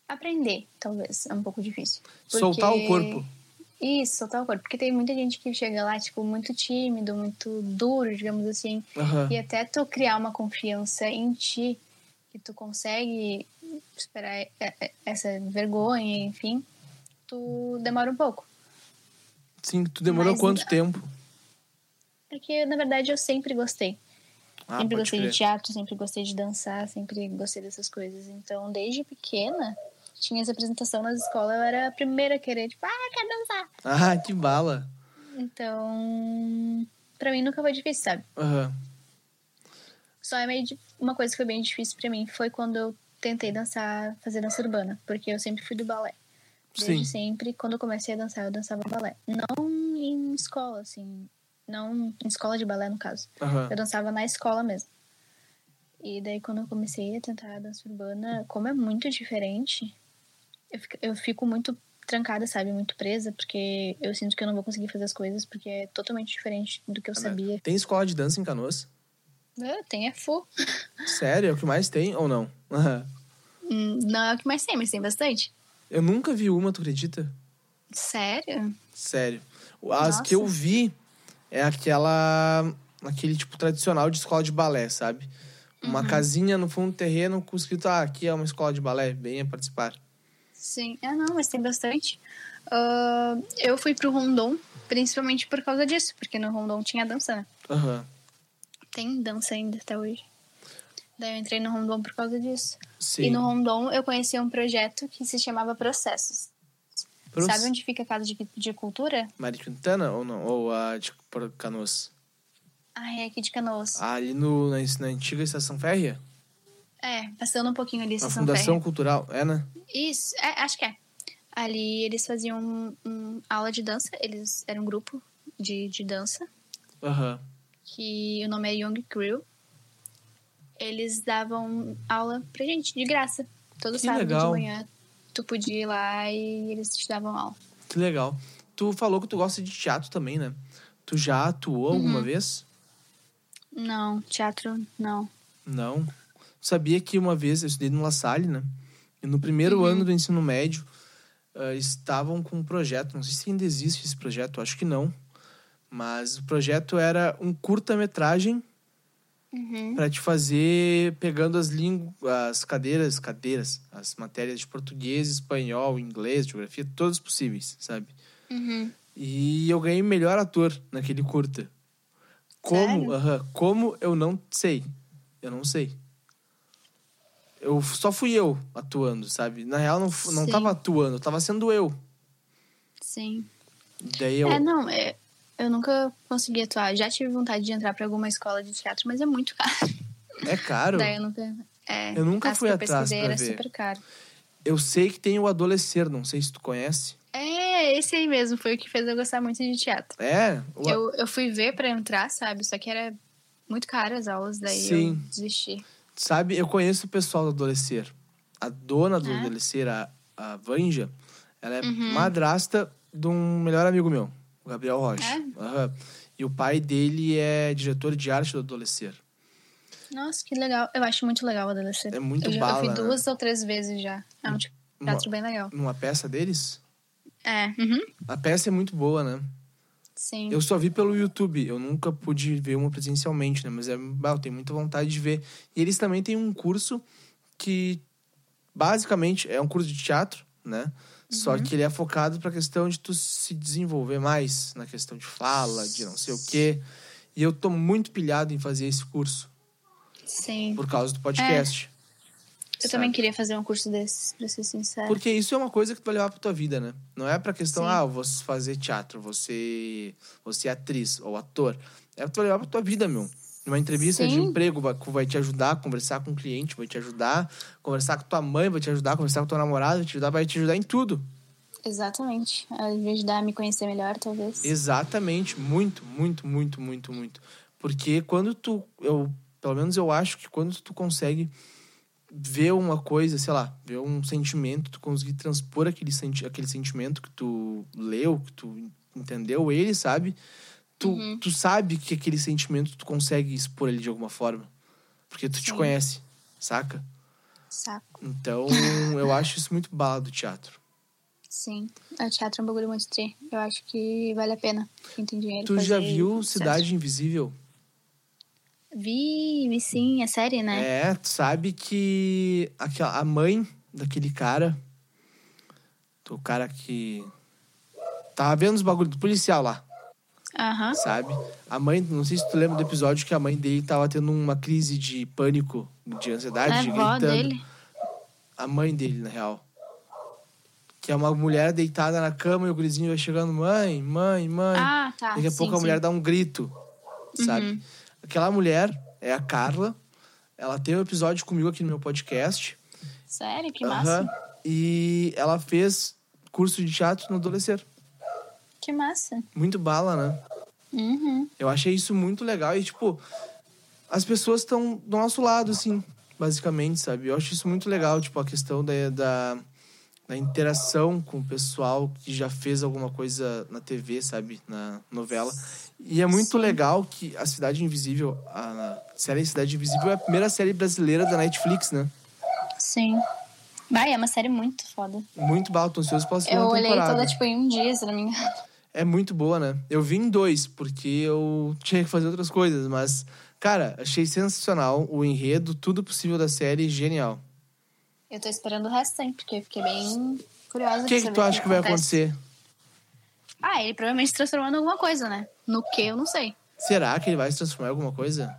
C: Aprender, talvez. É um pouco difícil.
A: Soltar o
C: Porque-
A: corpo.
C: Isso, soltar o corpo. Porque tem muita gente que chega lá, tipo, muito tímido, muito duro, digamos assim.
A: Aham.
C: E até tu criar uma confiança em ti, que tu consegue superar e- e- essa vergonha, enfim, tu demora um pouco.
A: Sim, tu demorou
C: Mas-
A: quanto tempo?
C: Porque, na verdade, eu sempre gostei.
A: Ah,
C: sempre
A: pode
C: gostei
A: crer.
C: de teatro, sempre gostei de dançar, sempre gostei dessas coisas. Então, desde pequena, tinha essa apresentação nas escolas, eu era a primeira a querer, tipo, ah, quero dançar.
A: Ah, que bala.
C: Então, pra mim nunca foi difícil, sabe?
A: Aham.
C: Só é meio di- uma coisa que foi bem difícil pra mim foi quando eu tentei dançar, fazer dança urbana, porque eu sempre fui do balé. Desde
A: Sim.
C: sempre, quando eu comecei a dançar, eu dançava balé. Não em escola, assim, não em escola de balé no caso.
A: Aham.
C: Eu dançava na escola mesmo. E daí quando eu comecei a tentar a dança urbana, como é muito diferente, eu fico, eu fico muito trancada, sabe, muito presa, porque eu sinto que eu não vou conseguir fazer as coisas porque é totalmente diferente do que eu sabia.
A: É Tem escola de dança em Canoas?
C: Ah, tem a FU.
A: Sério? É o que mais tem ou não? Aham.
C: Hum, Não é o que mais tem, mas tem bastante.
A: Eu nunca vi uma, tu acredita?
C: Sério?
A: Sério. As
C: Nossa.
A: que eu vi é aquela. aquele tipo tradicional de escola de balé, sabe? Uma
C: Uhum.
A: casinha no fundo do terreno com escrito: ah, aqui é uma escola de balé, venha participar.
C: Sim. Ah, não, mas tem bastante. Ah, eu fui pro Rondon principalmente por causa disso, porque no Rondon tinha dança, né?
A: Aham.
C: Tem dança ainda até hoje. Daí eu entrei no Rondon por causa disso. E
A: Sim.
C: no Rondon eu conheci um projeto que se chamava Processos.
A: Pro-
C: Sabe onde fica a Casa de, de Cultura?
A: Mari Quintana ou não? Ou a de Pro- Canoas?
C: Ah, é aqui de Canoas.
A: Ali no, na, na antiga Estação Férrea?
C: É, passando um pouquinho ali,
A: Na
C: Estação
A: Ah. Fundação
C: Ferreira.
A: Cultural, é, né?
C: Isso, é, acho que é. Ali eles faziam um, um aula de dança, eles eram um grupo de, de dança,
A: Aham.
C: que o nome é Young Crew. Eles davam aula pra gente, de graça. Todo
A: Que
C: sábado
A: legal.
C: de manhã, tu podia ir lá e eles te davam aula.
A: Que legal. Tu falou que tu gosta de teatro também, né? Tu já
C: Uhum.
A: atuou alguma vez?
C: Não, teatro, não.
A: Não.
C: Uhum.
A: Sabia que uma vez eu estudei no La Salle, né? E no primeiro ano do ensino médio, ah, estavam com um projeto, não sei se ainda existe esse projeto, acho que não, mas o projeto era um curta-metragem
C: Uhum.
A: para te fazer pegando as línguas, as cadeiras, cadeiras, as matérias de português, espanhol, inglês, geografia, todas possíveis, sabe?
C: Uhum.
A: E eu ganhei melhor ator naquele curta. Como?
C: Sério?
A: Aham. como eu não sei. Eu não sei. Eu só fui eu atuando, sabe? Na real não fu- não
C: Sim.
A: tava atuando, eu tava sendo eu.
C: Sim.
A: Daí eu
C: É, não, é, eu nunca consegui atuar. Já tive vontade de entrar pra alguma escola de teatro, mas é muito caro.
A: é caro.
C: Daí eu nunca. É,
A: Eu nunca
C: as
A: fui
C: que
A: atrás
C: Eu pesquisei
A: pra
C: era
A: ver.
C: super caro.
A: Eu sei que tem o Adolescer, não sei se tu conhece.
C: É, esse aí mesmo foi o que fez eu gostar muito de teatro.
A: É? o-
C: Eu, eu fui ver pra entrar, sabe? Só que era muito caro as aulas, daí
A: Sim.
C: eu desisti.
A: Sabe, eu conheço o pessoal do Adolecer. A dona do
C: É?
A: Adolecer, a, a Vanja, ela é
C: Uhum.
A: madrasta de um melhor amigo meu, o Gabriel Rocha.
C: É?
A: Aham. E o pai dele é diretor de arte do Adolecer.
C: Nossa, que legal. Eu acho muito legal o adolescente.
A: É muito
C: eu, já-
A: bala,
C: Eu
A: né?
C: fui duas ou três vezes já. É um teatro bem legal.
A: Numa peça deles?
C: É, uhum.
A: A peça é muito boa, né?
C: sim.
A: Eu só vi pelo YouTube, eu nunca pude ver uma presencialmente, né? Mas é, bah, eu tenho muita vontade de ver. E eles também têm um curso que basicamente é um curso de teatro, né? Só que ele é focado pra questão de tu se desenvolver mais na questão de fala, de não sei o quê. E eu tô muito pilhado em fazer esse curso
C: Sim.
A: por causa do podcast.
C: Eu também
A: sabe?
C: queria fazer um curso desses, pra ser sincero.
A: Porque isso é uma coisa que tu vai levar pra tua vida, né? Não é pra questão,
C: Sim.
A: ah, eu vou fazer teatro, você você é atriz ou ator. É pra tu levar pra tua vida, meu. Numa entrevista de
C: Sim.
A: emprego vai, vai te ajudar a conversar com o cliente, vai te ajudar. Conversar com tua mãe vai te ajudar, conversar com tua namorada vai te ajudar, vai te ajudar em tudo.
C: Exatamente. Me ajudar a me conhecer melhor, talvez.
A: Exatamente, muito, muito, muito, muito, muito. Porque quando tu, eu, pelo menos eu acho que quando tu consegue ver uma coisa, sei lá, ver um sentimento, tu conseguir transpor aquele, senti aquele sentimento que tu leu, que tu entendeu ele, sabe? Tu,
C: Uhum.
A: tu sabe que aquele sentimento tu consegue expor ele de alguma forma. Porque tu te
C: Sim.
A: conhece, saca?
C: Saco.
A: Então, eu acho isso muito bala do teatro.
C: Sim. O teatro é um bagulho muito tri. Eu acho que vale a pena. Quem tem dinheiro.
A: Tu já
C: fazer
A: viu
C: tudo
A: Cidade Invisível?
C: certo. Vi, vi sim, a série, né?
A: É, tu sabe que aquela, a mãe daquele cara, do cara que tava vendo os bagulhos do policial lá,
C: Aham.
A: sabe? A mãe, não sei se tu lembra do episódio que a mãe dele tava tendo uma crise de pânico, de ansiedade,
C: É a
A: de
C: avó
A: gritando.
C: dele.
A: A mãe dele, na real. Que é uma mulher deitada na cama e o gurizinho vai chegando, mãe, mãe, mãe.
C: Ah, tá.
A: Daqui a
C: sim,
A: pouco a
C: sim. Uhum.
A: mulher dá um grito, sabe? Aquela mulher é a Carla. Ela tem um episódio comigo aqui no meu podcast.
C: Sério? Que
A: Aham.
C: massa.
A: E ela fez curso de teatro no adolescer.
C: Que massa.
A: Muito bala, né?
C: Uhum.
A: Eu achei isso muito legal e, tipo, as pessoas estão do nosso lado, assim, basicamente, sabe? Eu acho isso muito legal, tipo, a questão da, da, da interação com o pessoal que já fez alguma coisa na TV, sabe? Na novela. E é muito legal que a Cidade Invisível, a série Cidade Invisível é a primeira série brasileira da Netflix, né?
C: Sim. Vai, é uma série muito foda.
A: Muito bala, tô ansioso pela segunda
C: Eu olhei
A: temporada.
C: toda, tipo, em um dia, se não me engano.
A: É muito boa, né? Eu vi em dois, porque eu tinha que fazer outras coisas, mas, cara, achei sensacional o enredo, tudo possível da série, genial.
C: Eu tô esperando o resto, hein? Porque eu fiquei bem curiosa.
A: O que, que tu acha que vai acontecer?
C: Ah, ele provavelmente se transformou em alguma coisa, né? No que, eu não sei.
A: Será que ele vai se transformar em alguma coisa?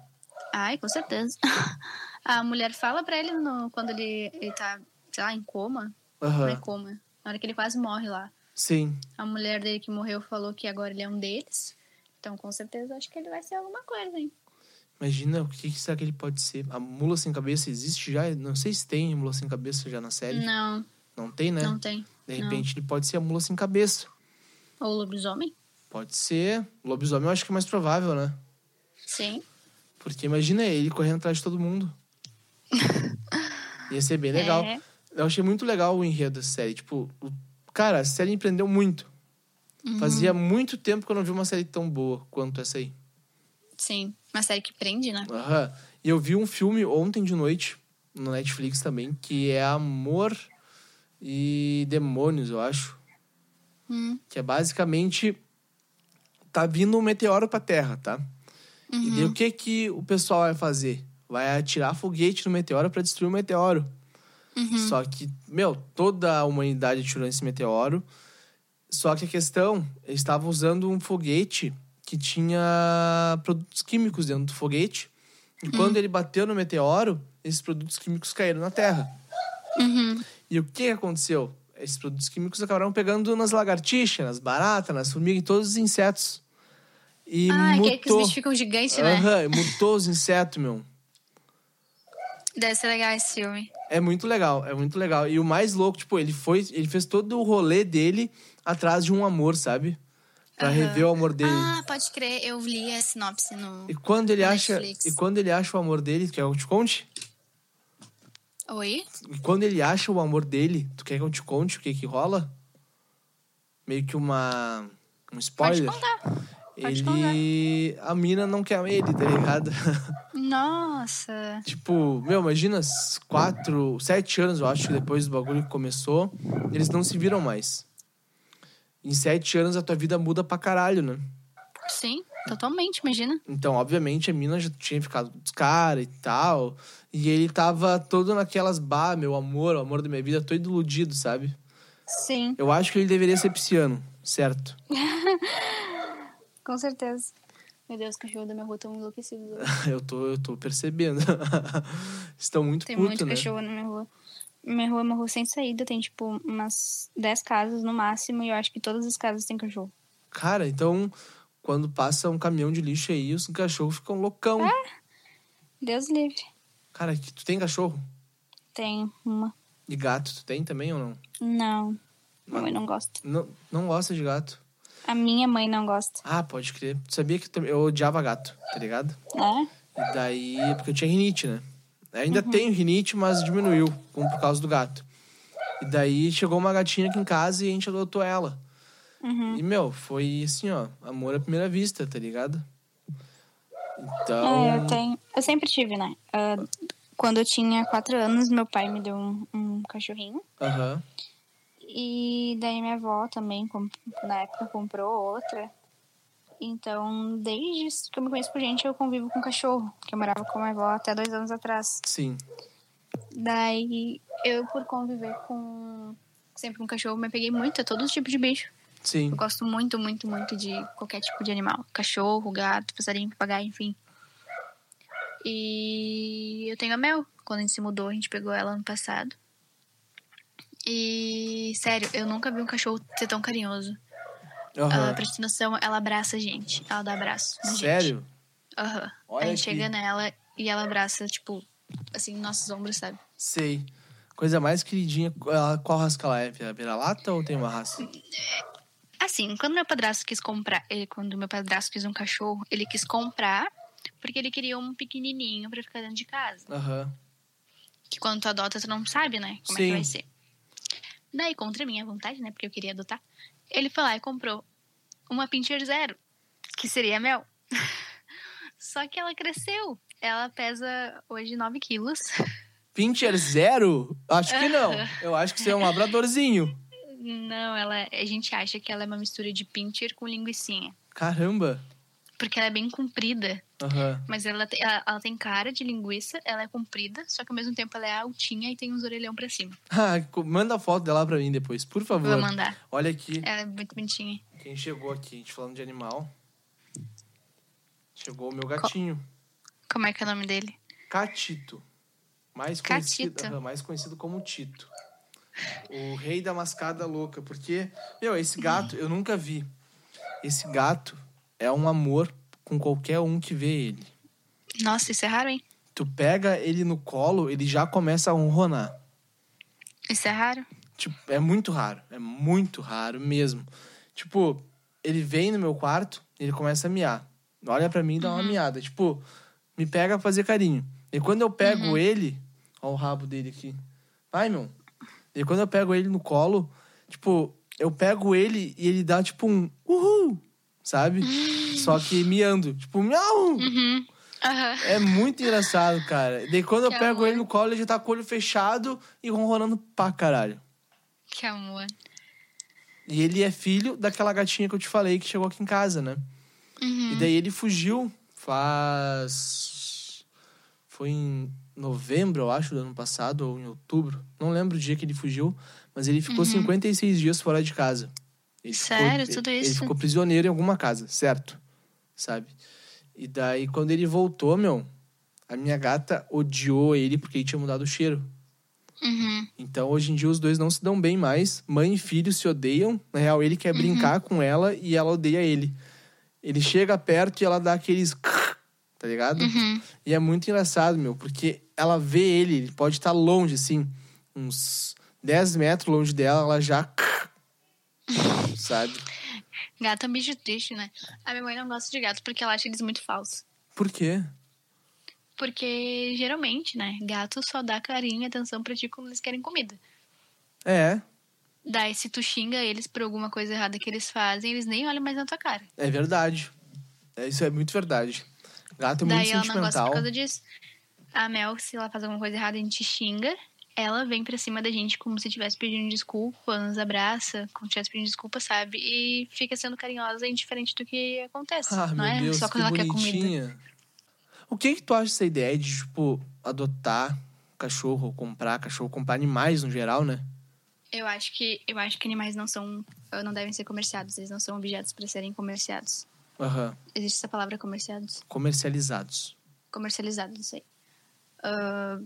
C: Ai, com certeza. A mulher fala pra ele no- quando ele, ele tá, sei lá, em coma.
A: Aham.
C: Não é coma. Na hora que ele quase morre lá.
A: Sim.
C: A mulher dele que morreu falou que agora ele é um deles. Então, com certeza, acho que ele vai ser alguma coisa, hein?
A: Imagina, o que, que será que ele pode ser? A mula sem cabeça existe já? Não sei se tem mula sem cabeça já na série.
C: Não,
A: Não tem, né?
C: não tem.
A: De
C: não.
A: repente ele pode ser a mula sem cabeça.
C: Ou lobisomem?
A: Pode ser. Lobisomem eu acho que é mais provável, né?
C: Sim.
A: Porque imagina ele correndo atrás de todo mundo. Ia ser bem legal.
C: É.
A: Eu achei muito legal o enredo da série. Tipo, o- cara, a série empreendeu muito. Fazia muito tempo que eu não vi uma série tão boa quanto essa aí.
C: Sim. Uma série que prende, né?
A: Aham. E eu vi um filme ontem de noite, no Netflix também, que é Amor e Demônios, eu acho.
C: Hum.
A: Que é basicamente. Tá vindo um meteoro pra Terra, tá? E daí o que que o pessoal vai fazer? Vai atirar foguete no meteoro pra destruir o meteoro.
C: Hum.
A: Só que, meu, toda a humanidade atirou nesse meteoro. Só que a questão, eles estavam usando um foguete que tinha produtos químicos dentro do foguete.
C: Hum.
A: E quando ele bateu no meteoro, esses produtos químicos caíram na Terra.
C: Uhum.
A: E o que aconteceu? Esses produtos químicos acabaram pegando nas lagartixas, nas baratas, nas formigas, em todos os insetos. E
C: Ah, que, que os
A: mutou.
C: bichos ficam gigantes, né?
A: Aham, e mutou os insetos, meu.
C: Deve ser legal esse filme.
A: É muito legal, é muito legal. E o mais louco, tipo, ele foi, ele fez todo o rolê dele atrás de um amor, sabe? Pra rever o amor dele.
C: Ah, pode crer, eu li a sinopse no.
A: E quando ele
C: no
A: acha,
C: Netflix.
A: e quando ele acha o amor dele, quer que eu te conte?
C: Oi?
A: E quando ele acha o amor dele, tu quer que eu te conte o que que rola? Meio que uma um
C: Pode
A: spoiler.
C: contar. pode
A: ele a mina não quer ele, tá ligado?
C: Nossa.
A: Tipo, meu, imagina s- quatro, sete anos, eu acho, que depois do bagulho que começou, eles não se viram mais. Em sete anos a tua vida muda pra caralho, né?
C: Sim, totalmente, imagina.
A: Então, obviamente, a mina já tinha ficado com os caras e tal. E ele tava todo naquelas, bah, meu amor, o amor da minha vida, todo iludido, sabe?
C: Sim,
A: Eu acho que ele deveria ser pisciano, certo?
C: com certeza. Meu Deus, os cachorros da minha rua estão enlouquecidos.
A: Eu tô, eu tô percebendo. Estão muito
C: Tem
A: puto,
C: muito
A: né?
C: cachorro na minha rua. Minha rua é uma rua sem saída, tem tipo umas 10 casas no máximo, e eu acho que todas as casas têm cachorro.
A: Cara, então, quando passa um caminhão de lixo aí, os cachorros ficam loucão.
C: É, Deus livre.
A: Cara, que- tu tem cachorro?
C: Tem uma.
A: E gato, tu tem também ou não?
C: Não. Minha mãe não gosta.
A: Não, não gosta de gato.
C: A minha mãe não gosta.
A: Ah, pode crer. Tu sabia que eu também- eu odiava gato, tá ligado?
C: É?
A: E daí, porque eu tinha rinite, né? Ainda tenho rinite, mas diminuiu com- por causa do gato. E daí chegou uma gatinha aqui em casa e a gente adotou ela. E, meu, foi assim, ó, amor à primeira vista, tá ligado? Então.
C: É, eu tenho. Eu sempre tive, né? Ah, quando eu tinha 4 anos, meu pai me deu um, um cachorrinho.
A: Aham.
C: E daí minha avó também, comp- na época, comprou outra. Então, desde que eu me conheço por gente, eu convivo com cachorro. Que eu morava com minha avó até dois anos atrás.
A: Sim.
C: Daí, eu, por conviver com... Sempre com cachorro, me peguei muito a todo tipo de bicho.
A: Sim.
C: Eu gosto muito, muito, muito de qualquer tipo de animal. Cachorro, gato, passarinho, papagaio, enfim. E eu tenho a Mel. Quando a gente se mudou, a gente pegou ela ano passado. E, sério, eu nunca vi um cachorro ser tão carinhoso.
A: Aham.
C: Ah, pra te noção, ela abraça a gente. Ela dá abraço. na gente.
A: Sério?
C: Aham.
A: Olha
C: a gente
A: aqui.
C: chega nela e ela abraça, tipo, assim, nossos ombros, sabe?
A: Sei. Coisa mais queridinha. Ela- Qual rasca ela é? Vira-lata ou tem uma raça?
C: Assim, quando meu padrasto quis comprar, ele, quando meu padrasto quis um cachorro, ele quis comprar porque ele queria um pequenininho pra ficar dentro de casa.
A: Aham.
C: Que quando tu adota, tu não sabe, né? Como é
A: Sim.
C: que vai ser. Daí, contra a minha vontade, né? Porque eu queria adotar. Ele foi lá e comprou uma Pincher Zero, que seria a Mel. Só que ela cresceu. Ela pesa hoje 9 quilos.
A: Pincher é zero? Acho que não. Eu acho que você é um labradorzinho.
C: Não, ela. A gente acha que ela é uma mistura de Pincher com linguiçinha.
A: Caramba.
C: Porque ela é bem comprida.
A: Aham.
C: Mas ela, te- ela, ela tem cara de linguiça, ela é comprida, só que ao mesmo tempo ela é altinha e tem uns orelhão pra cima.
A: Ah, co- manda a foto dela pra mim depois, por favor.
C: Vou mandar.
A: Olha aqui,
C: Ela é muito bonitinha.
A: quem chegou aqui, a gente falando de animal. Chegou o meu gatinho,
C: Como é que é o nome dele?
A: Catito. Mais
C: Catito.
A: conhecido, aham, mais conhecido como Tito. O rei da mascada louca, porque, meu, esse gato eu nunca vi. Esse gato é um amor com qualquer um que vê ele.
C: Nossa, isso é raro, hein?
A: Tu pega ele no colo, ele já começa a ronronar.
C: Isso é raro?
A: Tipo, é muito raro. É muito raro mesmo. Tipo, ele vem no meu quarto, ele começa a miar. Olha pra mim e dá
C: Uhum.
A: uma miada. Tipo, me pega pra fazer carinho. E quando eu pego
C: Uhum.
A: ele. Ó o rabo dele aqui. Vai, meu. E quando eu pego ele no colo, tipo, eu pego ele e ele dá tipo um uhul, sabe? Só que miando. Tipo, miau!
C: Uhum. Aham.
A: É muito engraçado, cara. Daí quando eu
C: Que
A: pego
C: amor.
A: ele no colo, ele já tá com o olho fechado e ronronando pra caralho.
C: Que amor.
A: E ele é filho daquela gatinha que eu te falei que chegou aqui em casa, né? E
C: Uhum.
A: daí ele fugiu faz. Foi em novembro, eu acho, do ano passado, ou em outubro. Não lembro o dia que ele fugiu, mas ele ficou 56 dias fora de casa. Ele
C: Uhum. Sério?
A: ele-
C: Tudo
A: Ele
C: isso?
A: ficou prisioneiro em alguma casa, certo? Sabe? E daí, quando ele voltou, meu, a minha gata odiou ele porque ele tinha mudado o cheiro.
C: Uhum.
A: Então, hoje em dia, os dois não se dão bem mais. Mãe e filho se odeiam. Na real, ele
C: Uhum.
A: quer brincar com ela e ela odeia ele. Ele chega perto e ela dá aqueles... Tá ligado?
C: Uhum.
A: E é muito engraçado, meu, porque ela vê ele, ele pode estar longe, assim, uns 10 metros longe dela, ela já... Sabe?
C: Gato é um bicho triste, né? A minha mãe não gosta de gato porque ela acha eles muito falsos.
A: Por quê?
C: Porque geralmente, né? Gato só dá carinho e atenção pra ti quando eles querem comida.
A: É,
C: Daí, se tu xinga eles por alguma coisa errada que eles fazem, eles nem olham mais na tua cara.
A: é verdade. É, isso é muito verdade. Gato é
C: Daí
A: muito
C: ela não gosta
A: sentimental.
C: por causa disso. A Mel, se ela faz alguma coisa errada, a gente xinga. Ela vem pra cima da gente como se estivesse pedindo desculpa, nos abraça, como se estivesse pedindo desculpa, sabe? E fica sendo carinhosa indiferente do que acontece.
A: Ah,
C: não
A: meu
C: é
A: Deus,
C: só
A: que
C: quando ela quer comida.
A: bonitinha. O que que tu acha dessa ideia de, tipo, adotar cachorro, ou comprar cachorro, comprar animais no geral, né?
C: Eu acho que eu acho que animais não são. não devem ser comerciados, eles não são objetos pra serem comerciados.
A: Aham,
C: Existe essa palavra comerciados?
A: comercializados.
C: comercializado, não sei. Ah,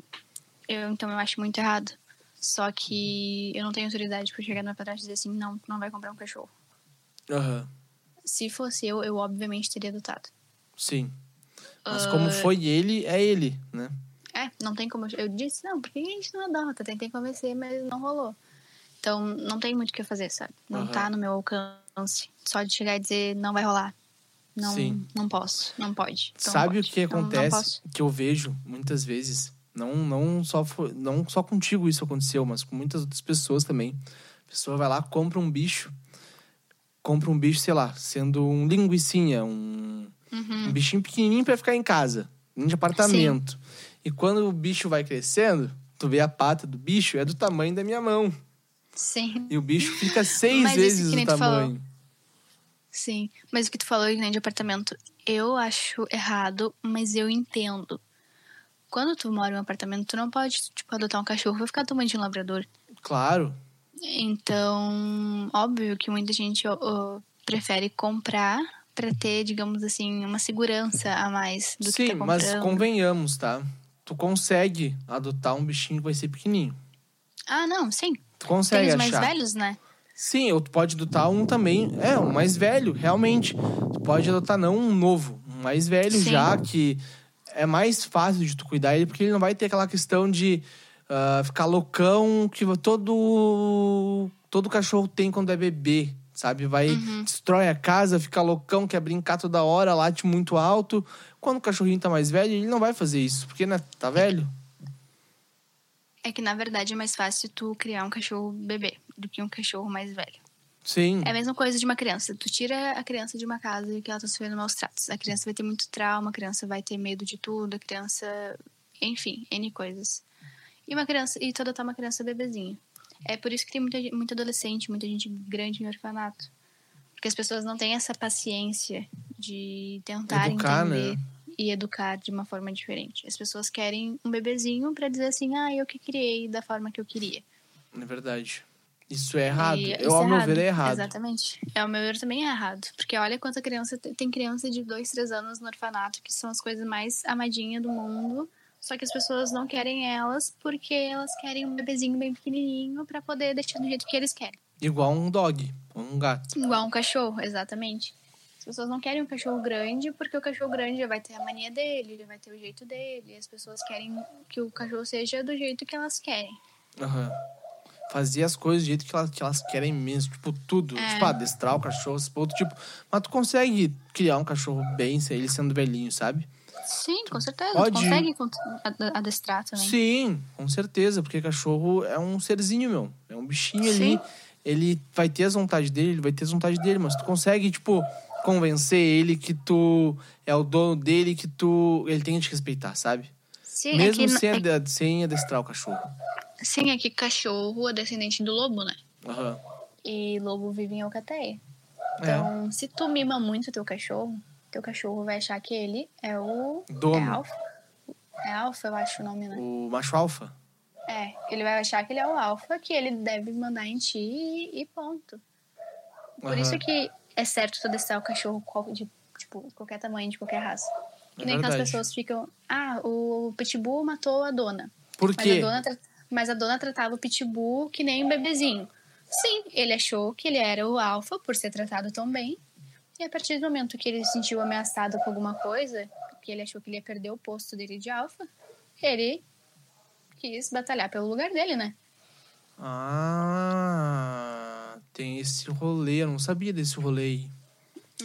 C: eu, então eu acho muito errado. Só que eu não tenho autoridade para chegar na padrasta e dizer assim, não, tu não vai comprar um cachorro.
A: Aham,
C: Se fosse eu, eu obviamente teria adotado.
A: sim.
C: Ah,
A: Mas como foi ele, é ele, né?
C: É, não tem como. eu- Eu disse, não, por que a gente não adota? Tentei convencer, mas não rolou. Então, não tem muito o que eu fazer, sabe? Não
A: Aham.
C: tá no meu alcance. Só de chegar e dizer, não vai rolar. Não,
A: Sim.
C: não posso, não pode. Então,
A: Sabe
C: não
A: o
C: pode.
A: que
C: Não- não
A: acontece?
C: posso.
A: que eu vejo muitas vezes, não, não, só, fo- não só contigo isso aconteceu, mas com muitas outras pessoas também. A pessoa vai lá, compra um bicho, compra um bicho, sei lá, sendo um linguicinha, um,
C: Uhum.
A: um bichinho pequenininho pra ficar em casa, nem de apartamento. E quando o bicho vai crescendo, tu vê a pata do bicho, é do tamanho da minha mão.
C: Sim.
A: E o bicho fica seis
C: Mas isso
A: vezes
C: que
A: o
C: nem tu falou.
A: tamanho.
C: Sim, mas o que tu falou né, de apartamento, eu acho errado, mas eu entendo. Quando tu mora em um apartamento, tu não pode, tipo, adotar um cachorro, vai ficar tomando de um labrador.
A: Claro,
C: Então, óbvio que muita gente ó, ó, prefere comprar pra ter, digamos assim, uma segurança a mais do
A: Sim,
C: que tá comprando.
A: mas convenhamos, tá? Tu consegue adotar um bichinho que vai ser pequenininho.
C: Ah, não, sim.
A: Tu
C: Tem
A: consegue
C: os
A: achar.
C: mais velhos, né?
A: Sim, ou tu pode adotar um também. É, um mais velho, realmente. Tu pode adotar não um novo, um mais velho
C: Sim.
A: já, que é mais fácil de tu cuidar ele, porque ele não vai ter aquela questão de ah, ficar loucão que todo, todo cachorro tem quando é bebê, sabe? Vai,
C: Uhum.
A: destrói a casa, fica loucão, quer brincar toda hora, late muito alto. Quando o cachorrinho tá mais velho, ele não vai fazer isso, porque, né, tá velho.
C: É que, na verdade, é mais fácil tu criar um cachorro bebê do que um cachorro mais velho.
A: Sim.
C: É a mesma coisa de uma criança. Tu tira a criança de uma casa que ela tá sofrendo maus tratos. A criança vai ter muito trauma, a criança vai ter medo de tudo, a criança. Enfim, N coisas. E uma criança. E toda tá uma criança bebezinha. É por isso que tem muita, ge- muito adolescente, muita gente grande em orfanato. Porque as pessoas não têm essa paciência de tentar
A: Educar,
C: entender
A: né?
C: e educar de uma forma diferente. As pessoas querem um bebezinho pra dizer assim, ah, eu que criei da forma que eu queria.
A: É verdade. Isso é errado.
C: E
A: Eu,
C: isso
A: ao meu ver, é errado.
C: Exatamente. É, o meu ver também é errado. Porque olha quanta criança. Tem tem criança de 2, 3 anos no orfanato, que são as coisas mais amadinhas do mundo. Só que as pessoas não querem elas porque elas querem um bebezinho bem pequenininho pra poder deixar do jeito que eles querem.
A: Igual um dog, ou um gato.
C: Igual um cachorro, exatamente. As pessoas não querem um cachorro grande porque o cachorro grande já vai ter a mania dele, ele vai ter o jeito dele. E as pessoas querem que o cachorro seja do jeito que elas querem.
A: Aham. Fazer as coisas do jeito que elas, que elas querem mesmo. Tipo, tudo.
C: É.
A: Tipo, adestrar o cachorro, esse outro tipo. Mas tu consegue criar um cachorro bem, se ele sendo velhinho, sabe?
C: Sim, com certeza.
A: Pode.
C: Tu consegue con- ad- adestrar também.
A: Sim, com certeza. Porque cachorro é um serzinho, meu. É um bichinho
C: Sim.
A: ali. Ele vai ter as vontades dele, ele vai ter as vontades dele. Mas tu consegue, tipo, convencer ele que tu é o dono dele, que tu... Ele tem que te respeitar, sabe?
C: Sim,
A: Mesmo
C: é que,
A: sem,
C: é
A: ade- sem adestrar o cachorro.
C: Sim, é que cachorro é descendente do lobo, né?
A: Aham.
C: E lobo vive em alcateia.
A: É.
C: Então, se tu mima muito teu cachorro, teu cachorro vai achar que ele é o. É
A: Dono.
C: alfa. É alfa, eu acho o nome, né?
A: O macho alfa.
C: É, ele vai achar que ele é o alfa, que ele deve mandar em ti e, e ponto. Por
A: Aham.
C: isso que é certo tu deixar o cachorro qual- de tipo, qualquer tamanho, de qualquer raça. Que
A: É
C: nem aquelas
A: verdade.
C: pessoas ficam. Ah, o pitbull matou a dona.
A: Por
C: Mas a,
A: quê?
C: dona, tra- mas a dona tratava o pitbull que nem um bebezinho. Sim, ele achou que ele era o alfa por ser tratado tão bem. E a partir do momento que ele se sentiu ameaçado com alguma coisa, que ele achou que ele ia perder o posto dele de alfa, ele quis batalhar pelo lugar dele, né?
A: Ah, tem esse rolê. Eu não sabia desse rolê aí.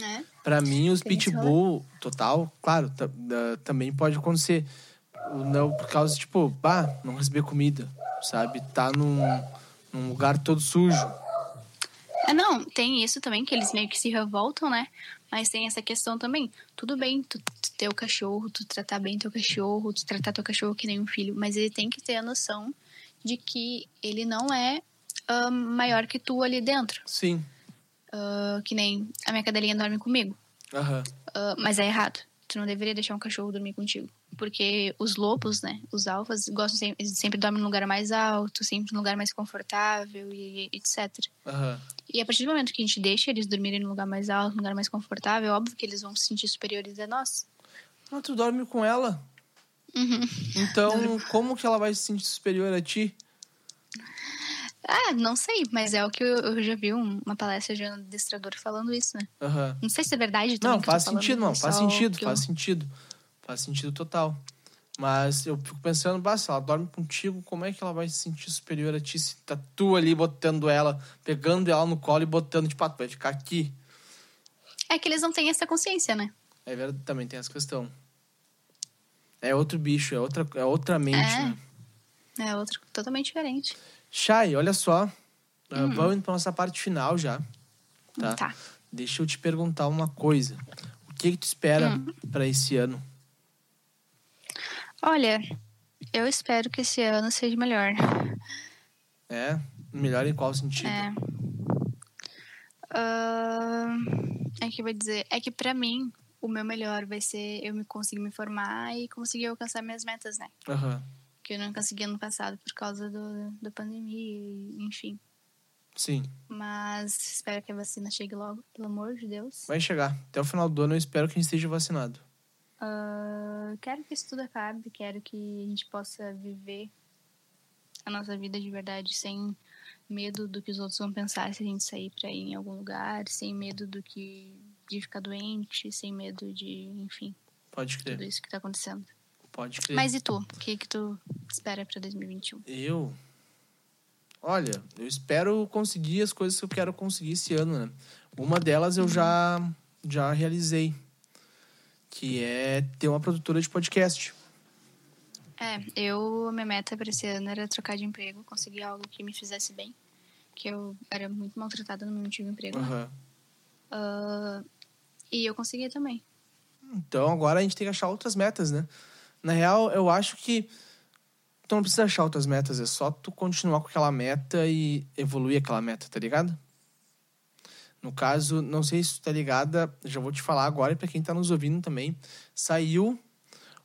C: É.
A: Pra mim, os
C: Tem esse
A: pitbull total, claro, ta- da- também pode acontecer. O Não, por causa, tipo, pá, não receber comida, sabe? Tá num, num lugar todo sujo.
C: É, não, tem isso também, que eles meio que se revoltam, né? Mas tem essa questão também. Tudo bem tu, tu ter o cachorro, tu tratar bem teu cachorro, tu tratar teu cachorro que nem um filho, mas ele tem que ter a noção de que ele não é ah, maior que tu ali dentro.
A: Sim.
C: Ah, que nem a minha cadelinha dorme comigo.
A: Aham.
C: Ah, mas é errado. Tu não deveria deixar um cachorro dormir contigo. Porque os lobos, né? Os alfas gostam sempre, eles sempre dormem num lugar mais alto, sempre num lugar mais confortável e etc.
A: Aham.
C: E a partir do momento que a gente deixa eles dormirem num lugar mais alto, num lugar mais confortável, é óbvio que eles vão se sentir superiores a nós.
A: Mas Ah, tu dorme com ela.
C: Uhum.
A: Então, como que ela vai se sentir superior a ti?
C: Ah, não sei, mas é o que eu, eu já vi um- uma palestra de um adestrador falando isso, né?
A: Aham.
C: Não sei se é verdade. também
A: Não,
C: que eu tô
A: faz
C: falando,
A: sentido, não.
C: é
A: Faz
C: só o
A: sentido,
C: que eu-
A: faz sentido. Faz sentido total. Mas eu fico pensando, bah, se ela dorme contigo, como é que ela vai se sentir superior a ti se tá tu ali botando ela, pegando ela no colo e botando, tipo, ah, tu vai ficar aqui.
C: É que eles não têm essa consciência, né?
A: É verdade, também tem essa questão. É outro bicho, é outra, é outra mente,
C: É.
A: né?
C: É outro totalmente diferente.
A: Chay, olha só. Ah, Vamos indo pra nossa parte final já. Tá.
C: Hum. Tá.
A: Deixa eu te perguntar uma coisa. O que, que tu espera
C: Hum.
A: pra esse ano?
C: Olha, eu espero que esse ano seja melhor.
A: É? Melhor em qual sentido?
C: É. Ahn, é que eu vou dizer, é que pra mim o meu melhor vai ser eu me conseguir me formar e conseguir alcançar minhas metas, né?
A: Aham.
C: Que eu não consegui ano passado por causa do, da pandemia, e, enfim.
A: Sim.
C: Mas espero que a vacina chegue logo, pelo amor de Deus.
A: Vai chegar. Até o final do ano eu espero que a gente esteja vacinado.
C: Ahn, Ah, quero que isso tudo acabe, quero que a gente possa viver a nossa vida de verdade sem medo do que os outros vão pensar se a gente sair pra ir em algum lugar, sem medo do que de ficar doente, sem medo de, enfim,
A: Pode
C: tudo
A: crer.
C: isso que tá acontecendo.
A: Pode crer.
C: Mas e tu? O que que tu espera pra 2021?
A: Eu. Olha, eu espero conseguir as coisas que eu quero conseguir esse ano, né? Uma delas eu já, já realizei. Que é ter uma produtora de podcast.
C: É, eu, a minha meta pra esse ano era trocar de emprego, conseguir algo que me fizesse bem, que eu era muito maltratada no meu antigo emprego.
A: Aham.
C: Ahn, e eu consegui também.
A: Então agora a gente tem que achar outras metas, né? Na real, eu acho que tu não precisa achar outras metas, é só tu continuar com aquela meta e evoluir aquela meta, tá ligado? No caso, não sei se tu tá ligada, já vou te falar agora e pra quem tá nos ouvindo também, saiu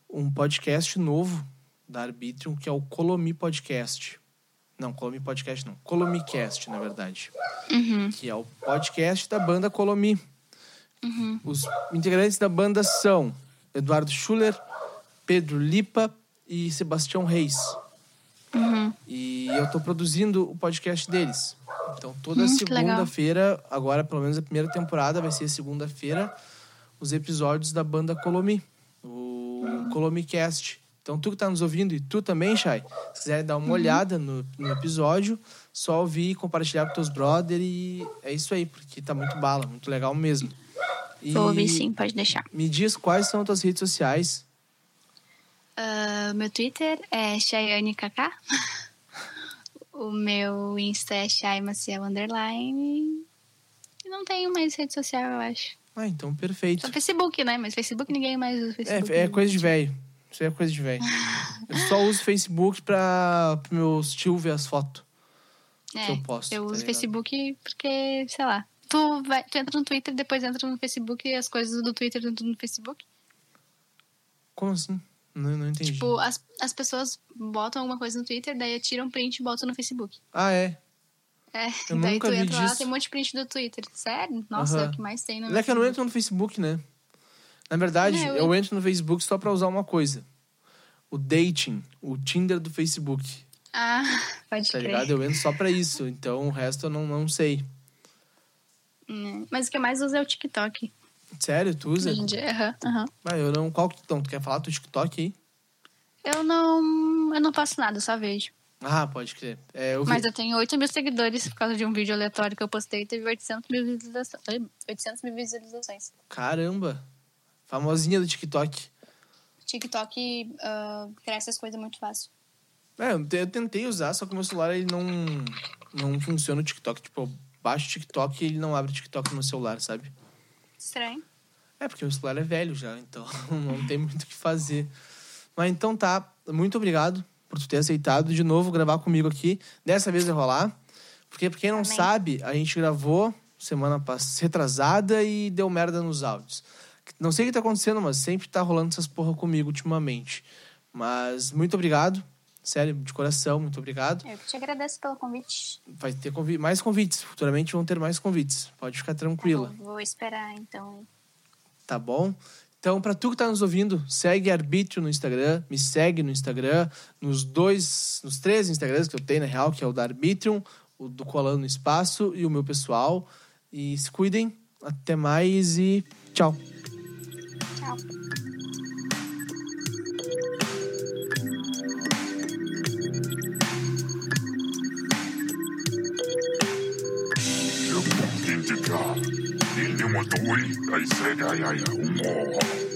A: um podcast novo da Arbitrium, que é o Colomi Podcast. Não, Colomi Podcast não, Colomicast, na verdade
C: Uhum.
A: que é o podcast da banda Colomi.
C: Uhum.
A: Os integrantes da banda são Eduardo Schuller, Pedro Lipa e Sebastião Reis.
C: Uhum.
A: E eu tô produzindo o podcast deles. Então, toda
C: Hum, que legal.
A: segunda-feira, agora pelo menos a primeira temporada vai ser segunda-feira, os episódios da banda Colomi, o Colomicast. Então, tu que tá nos ouvindo e tu também, Chay, se quiser dar uma olhada no, no episódio, só ouvir e compartilhar com teus brother e é isso aí, porque tá muito bala, muito legal mesmo. E
C: Vou ouvir sim, pode deixar.
A: Me diz quais são as tuas redes sociais.
C: Ah, meu Twitter é ChayaneKK. o meu Insta é Chay Maciel Underline. E não tenho mais rede social, eu acho.
A: Ah, então perfeito.
C: Só Facebook, né? Mas Facebook ninguém mais usa Facebook.
A: É, é coisa de velho. Isso aí é coisa de velho. Eu só uso Facebook pra, pra meus tios ver as fotos.
C: É,
A: que eu posto. tá
C: Eu uso
A: ligado?
C: Facebook porque, sei lá. Tu, vai, tu entra no Twitter, depois entra no Facebook e as coisas do Twitter entram no Facebook.
A: Como assim? Não, não entendi.
C: Tipo, as, as pessoas botam alguma coisa no Twitter, daí tiram print e botam no Facebook.
A: Ah, é.
C: É,
A: Eu
C: daí
A: nunca
C: tu
A: vi
C: entra lá,
A: disso.
C: tem um monte de print do Twitter. Sério? Nossa, é
A: Aham.
C: o que mais tem no
A: Ele é que eu não
C: Facebook.
A: entro no Facebook, né? Na verdade,
C: É, eu
A: eu... entro no Facebook só pra usar uma coisa. O dating, o Tinder do Facebook,
C: Ah, pode
A: tá
C: crer.
A: ligado? Eu entro só pra isso, então o resto eu não, não sei.
C: Hum, Mas o que eu mais uso é o TikTok.
A: Sério, tu usa?
C: Hoje em dia, aham, aham.
A: Ah, eu não... Qual que... Então, tu quer falar do TikTok aí?
C: Eu não. Eu não faço nada, eu só vejo.
A: Ah, pode crer. É, eu vi-
C: Mas eu tenho 8 mil seguidores por causa de um vídeo aleatório que eu postei e teve 800 mil visualizações. 800 mil visualizações.
A: Caramba! Famosinha do TikTok.
C: TikTok ah, cresce as coisas muito fácil.
A: É, eu te- eu tentei usar, só que o meu celular ele não, não funciona o TikTok. Tipo, eu baixo o TikTok e ele não abre o TikTok no meu celular, sabe?
C: Estranho.
A: É, porque o meu celular é velho já, então não tem muito o que fazer. Mas então tá, muito obrigado por tu ter aceitado de novo gravar comigo aqui. Dessa vez vai rolar. Porque pra quem não
C: Amém.
A: sabe, a gente gravou semana passada, retrasada e deu merda nos áudios. Não sei o que tá acontecendo, mas sempre tá rolando essas porra comigo ultimamente. Mas muito obrigado. Sério, de coração, muito obrigado.
C: Eu que te agradeço pelo convite.
A: Vai ter convi- mais convites. Futuramente vão ter mais convites. Pode ficar tranquila.
C: Vou, vou esperar, então.
A: tá bom? Então, pra tu que tá nos ouvindo, segue Arbítrio no Instagram, me segue no Instagram, nos dois, nos três Instagrams que eu tenho, na real, que é o da Arbitrium, o do Colando no Espaço e o meu pessoal. E se cuidem, até mais e tchau.
C: Tchau.
B: Io mi indica, il mio tui, ai se gai ai a un mo.